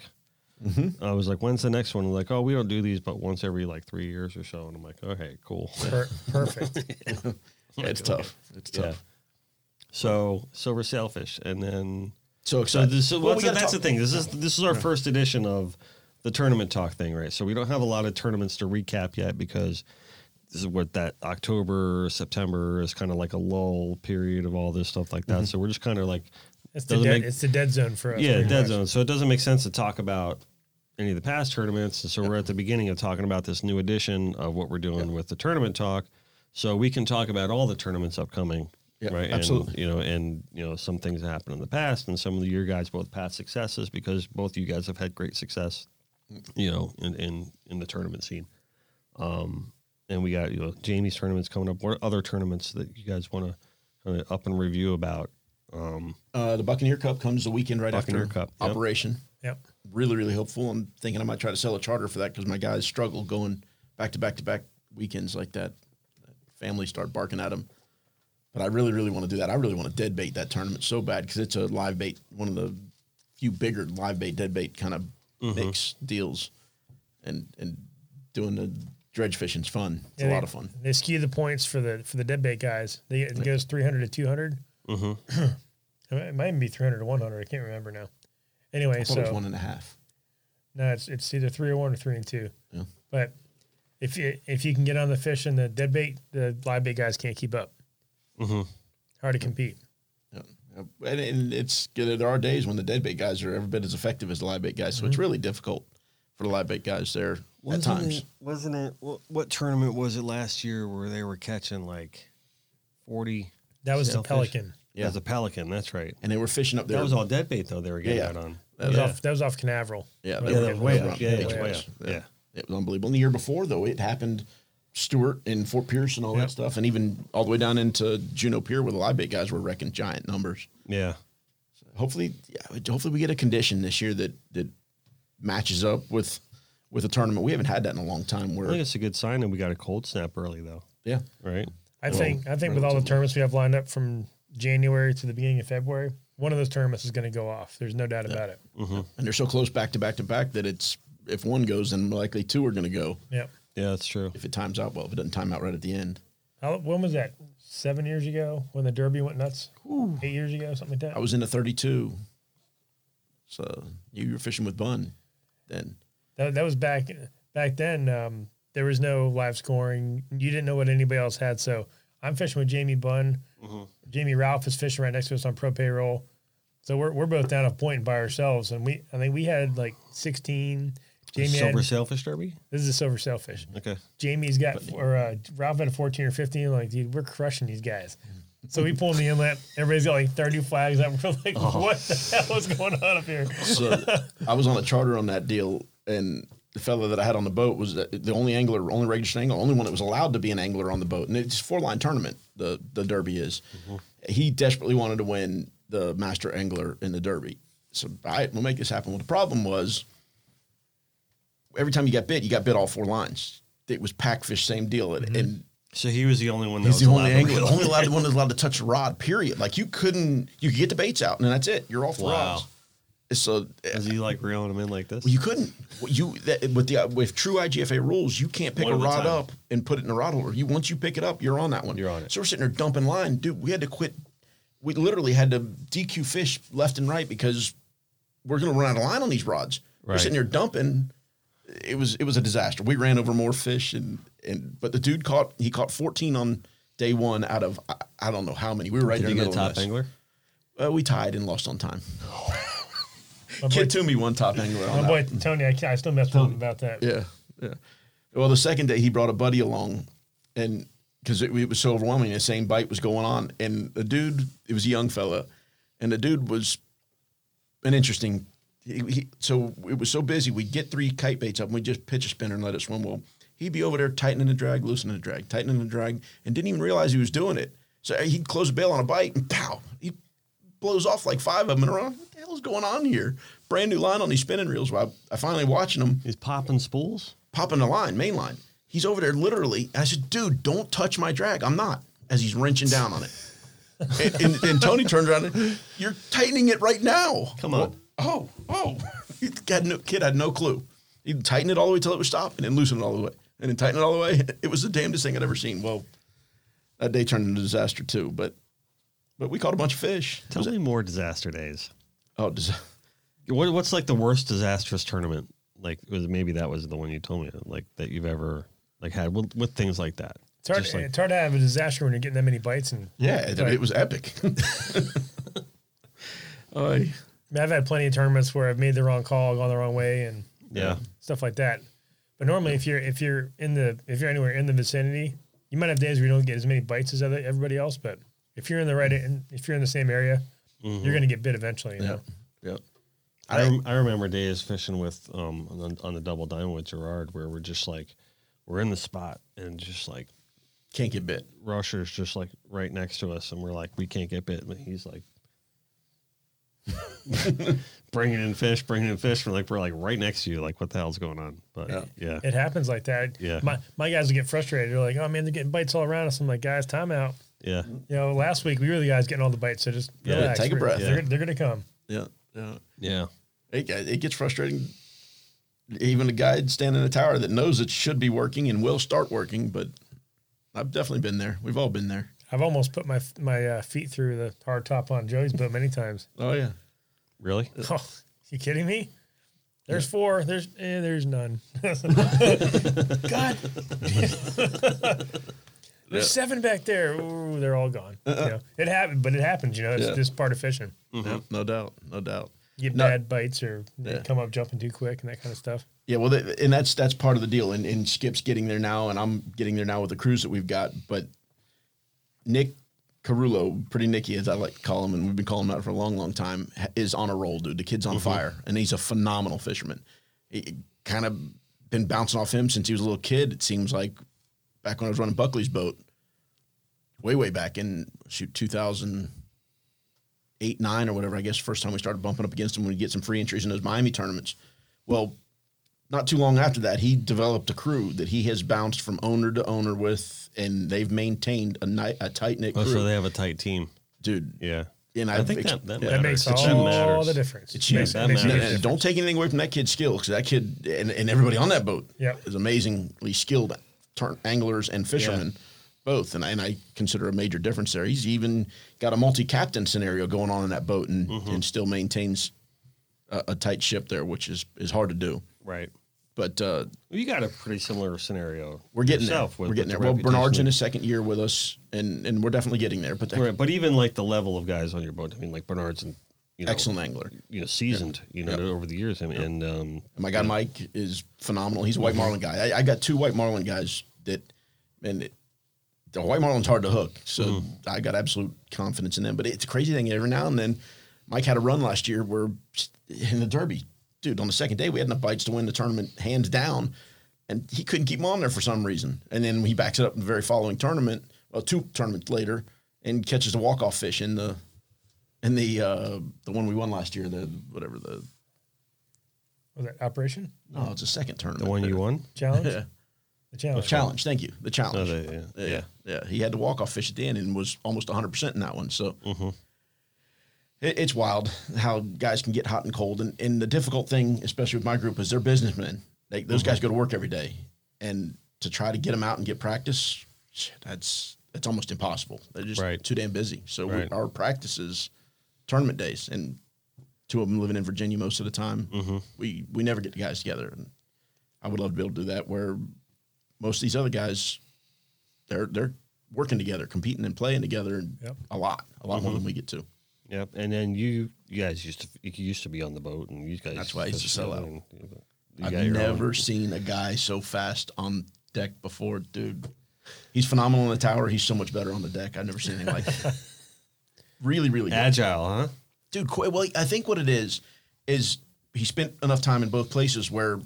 Speaker 3: Mm-hmm.
Speaker 4: I was like, when's the next one? Like, oh, we don't do these, but once every like three years or so. And I'm like, okay, cool.
Speaker 2: Per- perfect.
Speaker 3: it's tough. It's tough.
Speaker 4: Yeah. So silver sailfish, and then
Speaker 3: So
Speaker 4: so
Speaker 3: excited.
Speaker 4: this is
Speaker 3: Well, we
Speaker 4: what's-
Speaker 3: gotta
Speaker 4: that's
Speaker 3: talk-
Speaker 4: the thing. This is this is our first edition of the tournament talk thing, right? So we don't have a lot of tournaments to recap yet because this is what that October September is kind of like a lull period of all this stuff like
Speaker 3: Mm-hmm.
Speaker 4: that. So we're just kind of like
Speaker 2: It's the
Speaker 4: doesn't
Speaker 2: dead.
Speaker 4: make-
Speaker 2: it's the dead zone for us.
Speaker 4: yeah
Speaker 2: pretty
Speaker 4: dead
Speaker 2: much.
Speaker 4: zone. So it doesn't make sense to talk about any of the past tournaments. And so we're at the beginning of talking about this new edition of what we're doing with the tournament talk. So we can talk about all the tournaments upcoming.
Speaker 3: Yeah,
Speaker 4: right.
Speaker 3: absolutely.
Speaker 4: And, you know, and you know, some things that happened in the past and some of your guys both past successes because both you guys have had great success, you know, in in, in the tournament scene. Um and we got you know Jamie's tournaments coming up. What other tournaments that you guys want to kind of up and review about? Um,
Speaker 3: Uh, the Buccaneer Cup comes the weekend right
Speaker 4: Buccaneer
Speaker 3: after
Speaker 4: Cup, yep.
Speaker 3: operation.
Speaker 2: Yep.
Speaker 3: Really, really helpful. I'm thinking I might try to sell a charter for that because my guys struggle going back to back to back weekends like that. Families start barking at them. But I really, really want to do that. I really want to dead bait that tournament so bad because it's a live bait, one of the few bigger live bait, dead bait kind of mix deals. And and doing the dredge fishing's fun. It's
Speaker 2: Yeah,
Speaker 3: a
Speaker 2: they-
Speaker 3: lot of fun.
Speaker 2: They skew the points for the for the dead bait guys. They, it goes three hundred to two
Speaker 4: Mm-hmm.
Speaker 2: it might even be three hundred to one hundred. I can't remember now. Anyway,
Speaker 3: I thought it was
Speaker 2: so
Speaker 3: one and a half.
Speaker 2: no, it's it's either three or one or three and two.
Speaker 3: Yeah.
Speaker 2: But if you if you can get on the fish and the dead bait, the live bait guys can't keep up.
Speaker 4: Mhm.
Speaker 2: Hard to compete.
Speaker 3: Yeah. And, and it's there are days when the dead bait guys are every bit as effective as the live bait guys, so it's
Speaker 4: Mm-hmm.
Speaker 3: really difficult for the live bait guys there at times.
Speaker 4: It, wasn't it? What, what tournament was it last year where they were catching like forty?
Speaker 2: That was the
Speaker 4: sailfish?
Speaker 2: pelican.
Speaker 4: Yeah, it was a pelican. That's right.
Speaker 3: And they were fishing up there.
Speaker 4: That was all dead bait though. They were getting
Speaker 3: Yeah, yeah.
Speaker 4: that on.
Speaker 2: That was
Speaker 3: yeah.
Speaker 2: off that was off Canaveral.
Speaker 3: yeah,
Speaker 4: Yeah, that was way
Speaker 3: were
Speaker 4: up. Yeah, yeah,
Speaker 3: big
Speaker 4: way up.
Speaker 3: fish.
Speaker 4: Yeah.
Speaker 3: It was unbelievable. And the year before though, it happened Stewart and Fort Pierce and all that stuff, and even all the way down into Juno Pier where the live bait guys were wrecking giant numbers.
Speaker 4: Yeah.
Speaker 3: hopefully, yeah, hopefully we get a condition this year that that matches up with with a tournament. We haven't had that in a long time.
Speaker 4: I think
Speaker 3: Where
Speaker 4: it's a good sign that we got a cold snap early though.
Speaker 3: yeah,
Speaker 4: Right.
Speaker 2: I think I think with all the tournaments we have lined up from January to the beginning of February, one of those tournaments is going to go off. There's no doubt about it.
Speaker 3: and they're so close back to back to back that it's if one goes, then likely two are going to go
Speaker 2: Yep.
Speaker 4: Yeah, that's true.
Speaker 3: if it times out well. If it doesn't time out right at the end,
Speaker 2: How, when was that? Seven years ago when the Derby went nuts? Eight years ago, something like that?
Speaker 3: I was in the thirty-two, so you were fishing with Bun then.
Speaker 2: that, that was back back then. Um, there was no live scoring. You didn't know what anybody else had. So I'm fishing with Jamie Bunn. Jamie Ralph is fishing right next to us on pro payroll. So we're, we're both down a point by ourselves. And we I think we had like 16. Jamie had,
Speaker 4: Silver sailfish derby.
Speaker 2: this is a silver sailfish.
Speaker 4: Okay.
Speaker 2: Jamie's got or uh, Ralph had a 14 or 15. Like, dude, we're crushing these guys. So we pull in the inlet. Everybody's got like 30 flags up. We're like, what the hell is going on up here?
Speaker 3: So I was on a charter on that deal, and the fellow that I had on the boat was the the only angler, only registered angler, only one that was allowed to be an angler on the boat. And it's four line tournament. The the Derby is.
Speaker 4: Mm-hmm.
Speaker 3: He desperately wanted to win the master angler in the Derby. So I will make this happen. Well, the problem was every time you got bit, you got bit all four lines. It was pack fish, same deal. And, and
Speaker 4: So he was the only one. Mm-hmm. That
Speaker 3: He's the
Speaker 4: was
Speaker 3: only
Speaker 4: allowed to-
Speaker 3: angler, only allowed one that's allowed to touch a rod. Period. Like you couldn't, you could get the baits out, and that's it. You're off the
Speaker 4: Wow.
Speaker 3: rods. So
Speaker 4: Was he like reeling him in like this?
Speaker 3: well, you couldn't. What You that, with the with true IGFA rules, you can't pick
Speaker 4: One
Speaker 3: a
Speaker 4: at a
Speaker 3: rod
Speaker 4: time.
Speaker 3: up and put it in a rod holder. You once you pick it up, you're on that one.
Speaker 4: You're on it.
Speaker 3: So we're sitting there dumping line, dude. We had to quit. We literally had to DQ fish left and right because we're going to run out of line on these rods. We're
Speaker 4: Right.
Speaker 3: sitting there dumping. It was it was a disaster. We ran over more fish and and but the dude caught he caught 14 on day one out of I, I don't know how many. We were right
Speaker 4: Did
Speaker 3: there
Speaker 4: he
Speaker 3: in the
Speaker 4: get
Speaker 3: middle of
Speaker 4: top
Speaker 3: this.
Speaker 4: angler?
Speaker 3: Uh, we tied and lost on time.
Speaker 2: My boy,
Speaker 3: Kid Toomey one top angler.
Speaker 2: my
Speaker 3: on that.
Speaker 2: boy Tony, I, I still mess with him about that.
Speaker 3: Yeah, yeah. Well, the second day he brought a buddy along, and because it, it was so overwhelming, the same bite was going on, and the dude, it was a young fella, and the dude was an interesting he, he, so it was so busy. We'd get three kite baits up and we'd just pitch a spinner and let it swim well. He'd be over there tightening the drag, loosening the drag, tightening the drag, and didn't even realize he was doing it. So eh, he'd close a bail on a bite and pow, he blows off like five of them in a row. What the hell's going on here? Brand new line on these spinning reels. Well, I, I finally watching him
Speaker 4: He's popping spools.
Speaker 3: popping the line, main line. He's over there literally. And I said, dude, don't touch my drag. I'm not. As he's wrenching down on it. And, and, and Tony turns around and you're tightening it right now.
Speaker 4: Come on.
Speaker 3: Oh, oh. He had no, kid had no clue. He'd tighten it all the way till it was stopped and then loosen it all the way. And then tighten it all the way. It was the damnedest thing I'd ever seen. Well, that day turned into disaster too, but but we caught a bunch of fish.
Speaker 4: Tell me more disaster days.
Speaker 3: Oh, dis-
Speaker 4: What, what's like the worst disastrous tournament? Like it was maybe that was the one you told me like that you've ever like had with, with things like that.
Speaker 2: It's hard,
Speaker 4: Just like-
Speaker 2: it's hard to have a disaster when you're getting that many bites. And
Speaker 3: yeah, it, it was epic. Oy.
Speaker 2: I mean, I've had plenty of tournaments where I've made the wrong call, gone the wrong way, and
Speaker 4: yeah.
Speaker 2: stuff like that. But normally, if you're if you're in the if you're anywhere in the vicinity, you might have days where you don't get as many bites as other, everybody else. But if you're in the right, in, if you're in the same area, you're going to get bit eventually. You
Speaker 3: yeah.
Speaker 2: know?
Speaker 3: Yeah.
Speaker 4: I, rem- I remember days fishing with um on, on the double diamond with Gerard where we're just like we're in the spot and just like
Speaker 3: Can't get bit.
Speaker 4: Rusher's just like right next to us and we're like we can't get bit but he's like bringing in fish bringing in fish we're like we're like right next to you like what the hell's going on but yeah
Speaker 3: Yeah.
Speaker 4: yeah,
Speaker 2: It happens like that.
Speaker 4: Yeah.
Speaker 2: My my guys will get frustrated. They're like, "Oh man, they're getting bites all around us." I'm like, "Guys, time out."
Speaker 3: Mm-hmm.
Speaker 2: You know, last week we were the guys getting all the bites, so just
Speaker 4: Yeah,
Speaker 2: relax.
Speaker 3: take a
Speaker 2: We're-
Speaker 3: breath.
Speaker 2: They're,
Speaker 4: Yeah.
Speaker 2: they're going to come.
Speaker 3: Yeah. Yeah.
Speaker 4: Yeah.
Speaker 3: It, get- it gets frustrating. Even a guy standing in a tower that knows it should be working and will start working, but I've definitely been there. We've all been there.
Speaker 2: I've almost put my my uh, feet through the hard top on Joey's boat many times.
Speaker 3: Oh yeah.
Speaker 4: really
Speaker 2: Oh, you kidding me? There's four. There's eh, there's none. God. there's seven back there. Ooh, they're all gone. You know, it happened, but it happens. You know, it's
Speaker 3: Yeah.
Speaker 2: just part of fishing.
Speaker 3: Yeah, no doubt. No doubt.
Speaker 2: You get
Speaker 3: No.
Speaker 2: bad bites or they
Speaker 3: Yeah.
Speaker 2: come up jumping too quick and that kind of stuff.
Speaker 3: Yeah, well, th and that's that's part of the deal. And, and Skip's getting there now, and I'm getting there now with the crews that we've got. But Nick Carullo, pretty Nicky as I like to call him, and we've been calling him out for a long, long time, ha- is on a roll, dude. The kid's on fire, and he's a phenomenal fisherman. It kind of been bouncing off him since he was a little kid. It seems like back when I was running Buckley's boat, way way back in shoot 2000 eight, nine, or whatever. I guess first time we started bumping up against him, we'd get some free entries in those Miami tournaments. Well, not too long after that, he developed a crew that he has bounced from owner to owner with, and they've maintained a, ni- a tight knit
Speaker 4: oh,
Speaker 3: crew,
Speaker 4: so they have a tight team
Speaker 3: dude.
Speaker 4: yeah
Speaker 3: And
Speaker 4: I
Speaker 3: I've
Speaker 4: think
Speaker 3: ex-
Speaker 4: that, that,
Speaker 3: yeah.
Speaker 2: That
Speaker 4: matters.
Speaker 2: makes all
Speaker 4: matters.
Speaker 2: the difference.
Speaker 3: It's
Speaker 2: It makes-
Speaker 3: huge.
Speaker 2: it
Speaker 4: That
Speaker 2: makes a
Speaker 4: matters.
Speaker 2: huge
Speaker 3: No, no, no,
Speaker 2: difference.
Speaker 3: don't take anything away from that kid's skill because that kid and, and everybody on that boat
Speaker 2: Yep.
Speaker 3: is amazingly skilled turn, anglers and fishermen, both. And I, and I consider a major difference there. He's even got a multi captain scenario going on in that boat and, and still maintains a, a tight ship there, which is, is hard to do.
Speaker 4: right
Speaker 3: But uh,
Speaker 4: you got a pretty similar scenario
Speaker 3: we're getting
Speaker 4: yourself
Speaker 3: there.
Speaker 4: with-
Speaker 3: We're getting
Speaker 4: with
Speaker 3: there. Well,
Speaker 4: the
Speaker 3: Bernard's
Speaker 4: reputation.
Speaker 3: in his second year with us, and, and we're definitely getting there. But the
Speaker 4: Right, but even like the level of guys on your boat, I mean, like Bernard's and you know,
Speaker 3: excellent angler.
Speaker 4: you know, seasoned, you know, over the years, I mean, and um,
Speaker 3: My guy Mike is phenomenal. He's a white marlin guy. I, I got two white marlin guys that, and it, the white marlin's hard to hook. So
Speaker 4: Mm-hmm.
Speaker 3: I got absolute confidence in them. But it's a crazy thing. Every now and then, Mike had a run last year where in the Derby, dude, on the second day, we had enough bites to win the tournament hands down. And he couldn't keep them on there for some reason. And then he backs it up in the very following tournament, well, two tournaments later, and catches a walk off fish in the. in the uh, the one we won last year, the whatever the
Speaker 2: Was that Operation
Speaker 3: no, it's a second tournament.
Speaker 4: the one you won.
Speaker 2: Challenge?
Speaker 3: Yeah.
Speaker 2: The challenge.
Speaker 3: Challenge. Thank you. The challenge.
Speaker 4: Oh, the- yeah.
Speaker 3: yeah. yeah. He had to walk off fish at the end and was almost 100% in that one. So it, it's wild how guys can get hot and cold. And, and the difficult thing, especially with my group, is they're businessmen. They, those
Speaker 4: Mm-hmm.
Speaker 3: guys go to work every day. And to try to get them out and get practice, shit, that's that's almost impossible. They're just
Speaker 4: Right.
Speaker 3: too damn busy. So we-
Speaker 4: Right.
Speaker 3: our practices, tournament days, and two of them living in Virginia most of the time.
Speaker 4: Mm-hmm.
Speaker 3: We we never get the guys together. And I would love to be able to do that where most of these other guys they're they're working together, competing and playing together and
Speaker 2: Yep.
Speaker 3: a lot, a lot
Speaker 4: Mm-hmm.
Speaker 3: more than we get to.
Speaker 4: Yep. And then you, you guys used to, you used to be on the boat, and you guys.
Speaker 3: That's why I used to sell out.
Speaker 4: You
Speaker 3: I've
Speaker 4: got your own-
Speaker 3: never seen a guy so fast on deck before, dude. He's phenomenal in the tower. He's so much better on the deck. I've never seen anything like that. Really, really good.
Speaker 4: agile, huh?
Speaker 3: dude. Qu- well, I think what it is is he spent enough time in both places where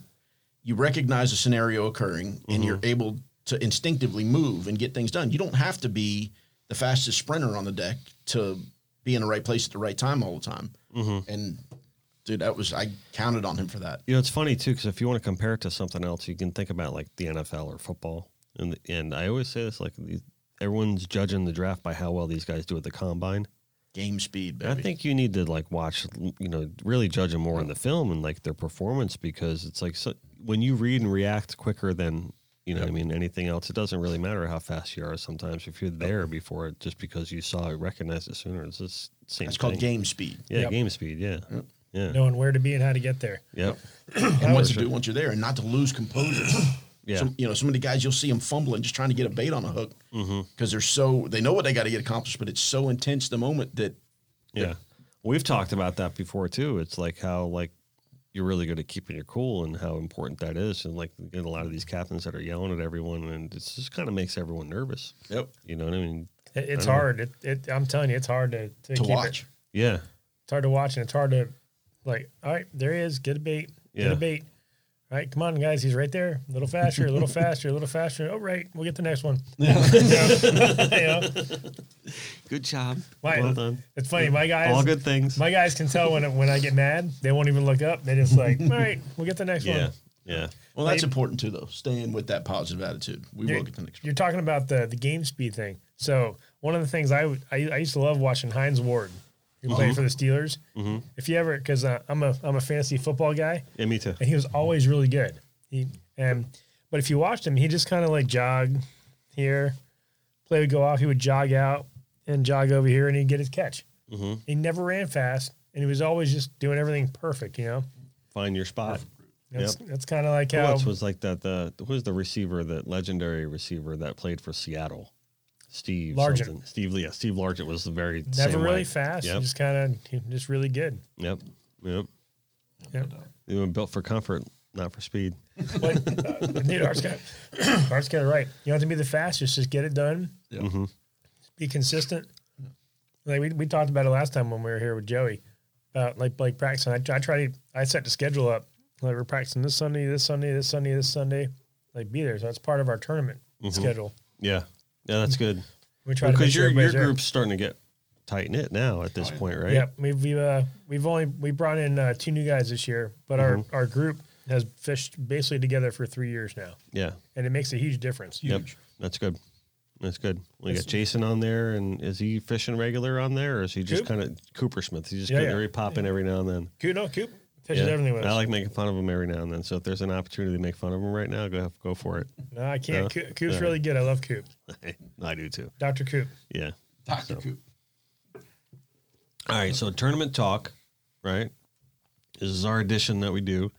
Speaker 3: you recognize a scenario occurring
Speaker 4: Mm-hmm.
Speaker 3: and you're able to instinctively move and get things done. You don't have to be the fastest sprinter on the deck to be in the right place at the right time all the time.
Speaker 4: Mm-hmm.
Speaker 3: And dude, that was I counted on him for that.
Speaker 4: You know, it's funny too because if you want to compare it to something else, you can think about like the NFL or football. And and I always say this: like these- everyone's judging the draft by how well these guys do at the combine.
Speaker 3: Game speed,
Speaker 4: And
Speaker 3: baby.
Speaker 4: I think you need to like watch, you know, really judge them more in the film and like their performance because it's like so, when you read and react quicker than you know, what I mean, anything else. It doesn't really matter how fast you are. Sometimes if you're there before it, just because you saw it, recognize it sooner. It's just same.
Speaker 3: it's called
Speaker 4: thing.
Speaker 3: game speed.
Speaker 4: Yeah,
Speaker 2: Yep.
Speaker 4: game speed. Yeah, yeah,
Speaker 2: knowing where to be and how to get there.
Speaker 4: yep.
Speaker 3: and what to do once you're there, and not to lose composure.
Speaker 4: Yeah.
Speaker 3: Some, you know, some of the guys you'll see them fumbling, just trying to get a bait on a hook because
Speaker 4: Mm-hmm.
Speaker 3: they're so they know what they got to get accomplished, but it's so intense the moment that
Speaker 4: Yeah. We've talked about that before too. It's like how like you're really good at keeping your cool and how important that is. And like you get a lot of these captains that are yelling at everyone and it just kind of makes everyone nervous.
Speaker 3: yep
Speaker 4: You know what I mean?
Speaker 2: It, it's hard. It, it, I'm telling you, it's hard to, to,
Speaker 3: to
Speaker 2: keep
Speaker 3: watch.
Speaker 2: It.
Speaker 4: Yeah.
Speaker 2: It's hard to watch, and it's hard to like. All right, there he is. Get a bait. Get
Speaker 4: Yeah.
Speaker 2: a bait. All right, come on, guys. He's right there. A little faster. A little faster. A little faster. Oh, right. We'll get the next one. You know?
Speaker 4: Good job.
Speaker 2: My-
Speaker 4: well done.
Speaker 2: It's funny. My guys.
Speaker 4: All good things.
Speaker 2: My guys can tell when when I get mad. They won't even look up. They just like, all right, we'll get the next
Speaker 4: yeah.
Speaker 2: one.
Speaker 4: Yeah.
Speaker 3: Well, that's important too, though. Staying with that positive attitude, we will
Speaker 2: You're,
Speaker 3: get the next
Speaker 2: you're talking about the the game speed thing. So one of the things I would- I, I used to love watching Heinz Ward, who
Speaker 4: Mm-hmm.
Speaker 2: played for the Steelers. If you ever, because uh, I'm a I'm a fantasy football guy,
Speaker 4: Yeah, me too.
Speaker 2: and he was always really good. He and but if you watched him, he just kind of like jog here, play would go off, he would jog out and jog over here, and he'd get his catch.
Speaker 4: Mm-hmm.
Speaker 2: He never ran fast, and he was always just doing everything perfect. You know,
Speaker 4: Find your spot.
Speaker 2: that's
Speaker 4: Yep.
Speaker 2: that's kind of like
Speaker 4: Who
Speaker 2: how
Speaker 4: else was like that? The who was the receiver, that legendary receiver that played for Seattle? Steve
Speaker 2: Largent.
Speaker 4: something. Steve yeah, Steve Largent was the very
Speaker 2: never
Speaker 4: same
Speaker 2: really
Speaker 4: way.
Speaker 2: fast,
Speaker 4: Yep.
Speaker 2: just kind of just really good.
Speaker 4: Yep. Yep.
Speaker 2: Yeah.
Speaker 4: They were built for comfort, not for speed.
Speaker 2: But uh, dude, Art's got Art's got it right. You don't have to be the fastest; just get it done.
Speaker 3: Yeah.
Speaker 4: Mm-hmm.
Speaker 2: Be consistent. Like we, we talked about it last time when we were here with Joey about like like practicing. I, I try to I set the schedule up. Like we're practicing this Sunday, this Sunday, this Sunday, this Sunday. Like be there. So that's part of our tournament schedule.
Speaker 4: Yeah. Yeah, that's good.
Speaker 2: We try to make
Speaker 4: Mm-hmm. Because
Speaker 2: sure
Speaker 4: your your
Speaker 2: everybody's there.
Speaker 4: group's starting to get tight knit now at this point, right?
Speaker 2: Yep, we've we've, uh, we've only we brought in uh, two new guys this year, but
Speaker 4: Mm-hmm.
Speaker 2: our our group has fished basically together for three years now,
Speaker 4: Yeah.
Speaker 2: and it makes a huge difference.
Speaker 4: Yep. That's good. That's good. We got Jason on there, and is he fishing regular on there, or is he just
Speaker 2: Coop.
Speaker 4: kind of Cooper Smith? He's just
Speaker 2: Yeah,
Speaker 4: getting
Speaker 2: yeah.
Speaker 4: very popping every now and then.
Speaker 2: Coop, no, Coop fishes
Speaker 4: Yeah.
Speaker 2: everything with us.
Speaker 4: I like making fun of him every now and then. So if there's an opportunity to make fun of him right now, go go for it.
Speaker 2: no, I can't.
Speaker 4: No?
Speaker 2: Coop, Coop's
Speaker 4: All right.
Speaker 2: really good. I love Coop.
Speaker 4: I do too.
Speaker 2: Dr. Coop.
Speaker 4: Yeah.
Speaker 3: Doctor Coop.
Speaker 4: All right, so tournament talk, right? This is our edition that we do,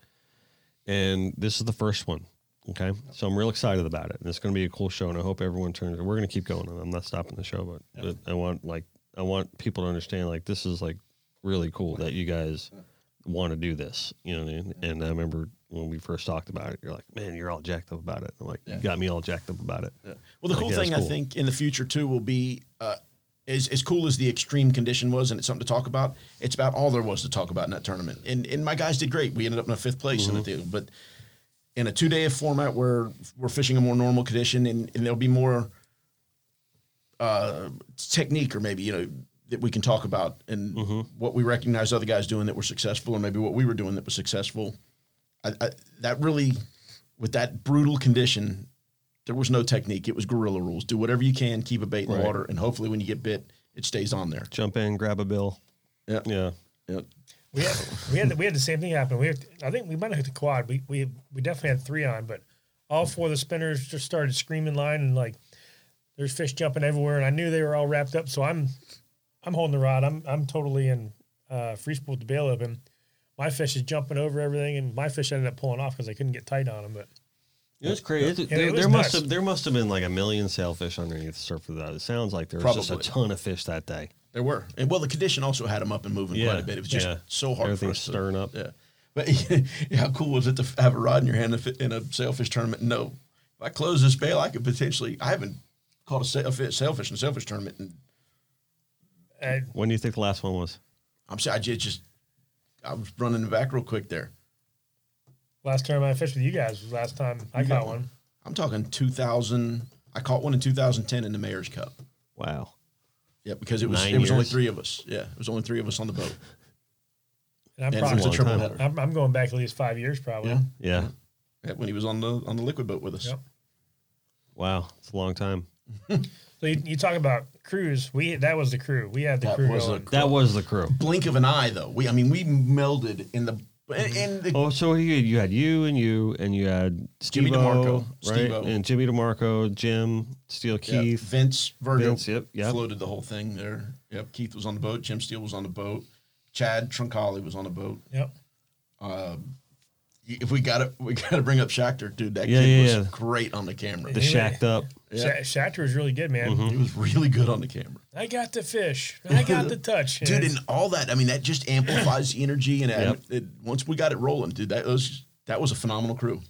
Speaker 4: and this is the first one. Okay, so I'm real excited about it, and it's going to be a cool show, and I hope everyone turns. We're going to keep going, and I'm not stopping the show, but, but I want like I want people to understand like this is like really cool that you guys want to do this. You know, what I mean? and I remember when we first talked about it, you're like, man, you're all jacked up about it. I'm like, you got me all jacked up about it.
Speaker 3: Well, the cool
Speaker 4: yeah, it's
Speaker 3: thing I
Speaker 4: cool.
Speaker 3: think in the future too will be uh, as as cool as the extreme condition was, and it's something to talk about. It's about all there was to talk about in that tournament, and and my guys did great. We ended up in a fifth place in the deal, but in a two day format where we're fishing a more normal condition, and, and there'll be more uh, technique or maybe you know that we can talk about and what we recognize other guys doing that were successful, or maybe what we were doing that was successful. I, I, that really, with that brutal condition, there was no technique. It was guerrilla rules. Do whatever you can, keep a bait in the water, and hopefully when you get bit, it stays on there.
Speaker 4: Jump in, grab a bill.
Speaker 3: Yeah.
Speaker 4: Yeah,
Speaker 3: Yeah.
Speaker 2: We had, we had we had the same thing happen. We had, I think we might have hit the quad. We we we definitely had three on, but all four of the spinners just started screaming line and like there's fish jumping everywhere, and I knew they were all wrapped up. So I'm I'm holding the rod. I'm I'm totally in uh, free spool with the bail open. My fish is jumping over everything, and my fish ended up pulling off because I couldn't get tight on them. But
Speaker 4: It was crazy.
Speaker 2: Yeah,
Speaker 4: there
Speaker 2: it was
Speaker 4: there must
Speaker 2: nuts.
Speaker 4: have there must have been like a million sailfish underneath the surface. of that. It sounds like there was just
Speaker 3: Probably.
Speaker 4: a ton of fish that day.
Speaker 3: There were, and well, the condition also had them up and moving
Speaker 4: Yeah.
Speaker 3: quite a bit. It was just
Speaker 4: Yeah.
Speaker 3: so hard for
Speaker 4: Everything's
Speaker 3: us to-
Speaker 4: stirring up.
Speaker 3: Yeah, but how cool was it to f- have a rod in your hand to fit in a sailfish tournament? No, if I close this bail, I could potentially. I haven't caught a, sail, a fi- sailfish in a sailfish tournament, and
Speaker 2: I, uh,
Speaker 4: When do you think the last one was?
Speaker 3: I'm sorry, I ju- just I was running it back real quick there.
Speaker 2: Last time I fished with you guys was last time I got one.
Speaker 3: I'm talking 2000. I caught one in 2010 in the Mayor's Cup.
Speaker 4: Wow.
Speaker 3: Yeah, because it was
Speaker 4: Nine
Speaker 3: it was only
Speaker 4: years?
Speaker 3: three of us. Yeah, it was only three of us on the boat.
Speaker 2: And I'm
Speaker 3: And it
Speaker 2: probably
Speaker 3: was a
Speaker 4: long
Speaker 3: triple
Speaker 4: time.
Speaker 3: header.
Speaker 2: I'm, I'm going back at least five years probably.
Speaker 3: Yeah.
Speaker 4: Yeah.
Speaker 3: Yeah, when he was on the on the liquid boat with us.
Speaker 2: Yep.
Speaker 4: Wow. It's a long time.
Speaker 2: So you, you talk about crews. We that was the crew. We had the
Speaker 3: That
Speaker 2: crew
Speaker 3: was
Speaker 2: going.
Speaker 3: a
Speaker 4: That was the crew.
Speaker 3: blink of an eye, though. We, I mean, we melded in the and, and the,
Speaker 4: Oh, so you had, you had you and you and you had
Speaker 3: Jimmy
Speaker 4: Steve-O,
Speaker 3: DeMarco.
Speaker 4: right?
Speaker 3: Steve-O.
Speaker 4: And Jimmy DeMarco, Jim, Steele
Speaker 3: yeah,
Speaker 4: Keith.
Speaker 3: Vince Virgo,
Speaker 4: Vince, yep, yep.
Speaker 3: floated the whole thing there. Yep, Keith was on the boat. Jim Steele was on the boat. Chad Trincali was on the boat. Uh,
Speaker 2: Yep.
Speaker 3: If we got it, we got to bring up Schachter, dude. That
Speaker 4: Yeah,
Speaker 3: kid
Speaker 4: yeah,
Speaker 3: was
Speaker 4: yeah.
Speaker 3: great on the camera.
Speaker 4: The shacked up.
Speaker 3: Yeah. Mm-hmm.
Speaker 2: Sha- Shachter was really good, man.
Speaker 3: He was really good on the camera.
Speaker 2: I got the fish. I got the touch.
Speaker 3: dude,
Speaker 2: It's-
Speaker 3: and all that. I mean, that just amplifies the energy. And
Speaker 4: Yep.
Speaker 3: it, once we got it rolling, dude, that was that was a phenomenal crew.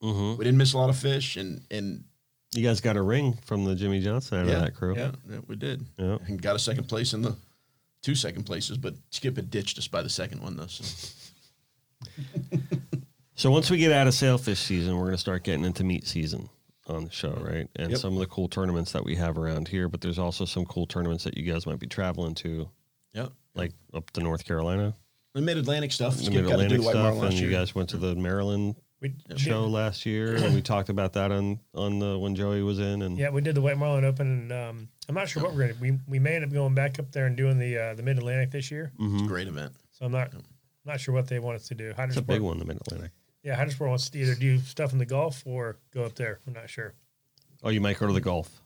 Speaker 3: We didn't miss a lot of fish, and and
Speaker 4: Mm-hmm. You guys got a ring from the Jimmy Johnson out of that crew.
Speaker 3: yeah, yeah, we did,
Speaker 4: Yeah.
Speaker 3: and got a second place in the two second places, but Skip had ditched us by the second one though. So.
Speaker 4: So once we get out of sailfish season, we're going to start getting into meat season on the show, right? And
Speaker 3: Yep.
Speaker 4: some of the cool tournaments that we have around here, but there's also some cool tournaments that you guys might be traveling to,
Speaker 3: Yep.
Speaker 4: like up to North Carolina,
Speaker 3: The Mid Atlantic stuff.
Speaker 4: the
Speaker 3: Skip
Speaker 4: Mid
Speaker 3: got to do
Speaker 4: Atlantic
Speaker 3: White
Speaker 4: stuff,
Speaker 3: Marlin
Speaker 4: and
Speaker 3: last
Speaker 4: you
Speaker 3: year.
Speaker 4: guys went to the Maryland
Speaker 2: we,
Speaker 4: show last year, and we talked about that on on the when Joey was in, and
Speaker 2: Yeah, we did the White Marlin Open, and um, I'm not sure what we're gonna. We we may end up going back up there and doing the uh, the Mid Atlantic this year.
Speaker 3: It's a great event.
Speaker 2: So I'm not not sure what they want us to do.
Speaker 4: mm-hmm. it's a big
Speaker 2: Hydrosport,
Speaker 4: one, the Mid Atlantic.
Speaker 2: yeah, Hydrosport wants to either do stuff in the Gulf or go up there. I'm not sure.
Speaker 4: Oh, you might go to the Gulf,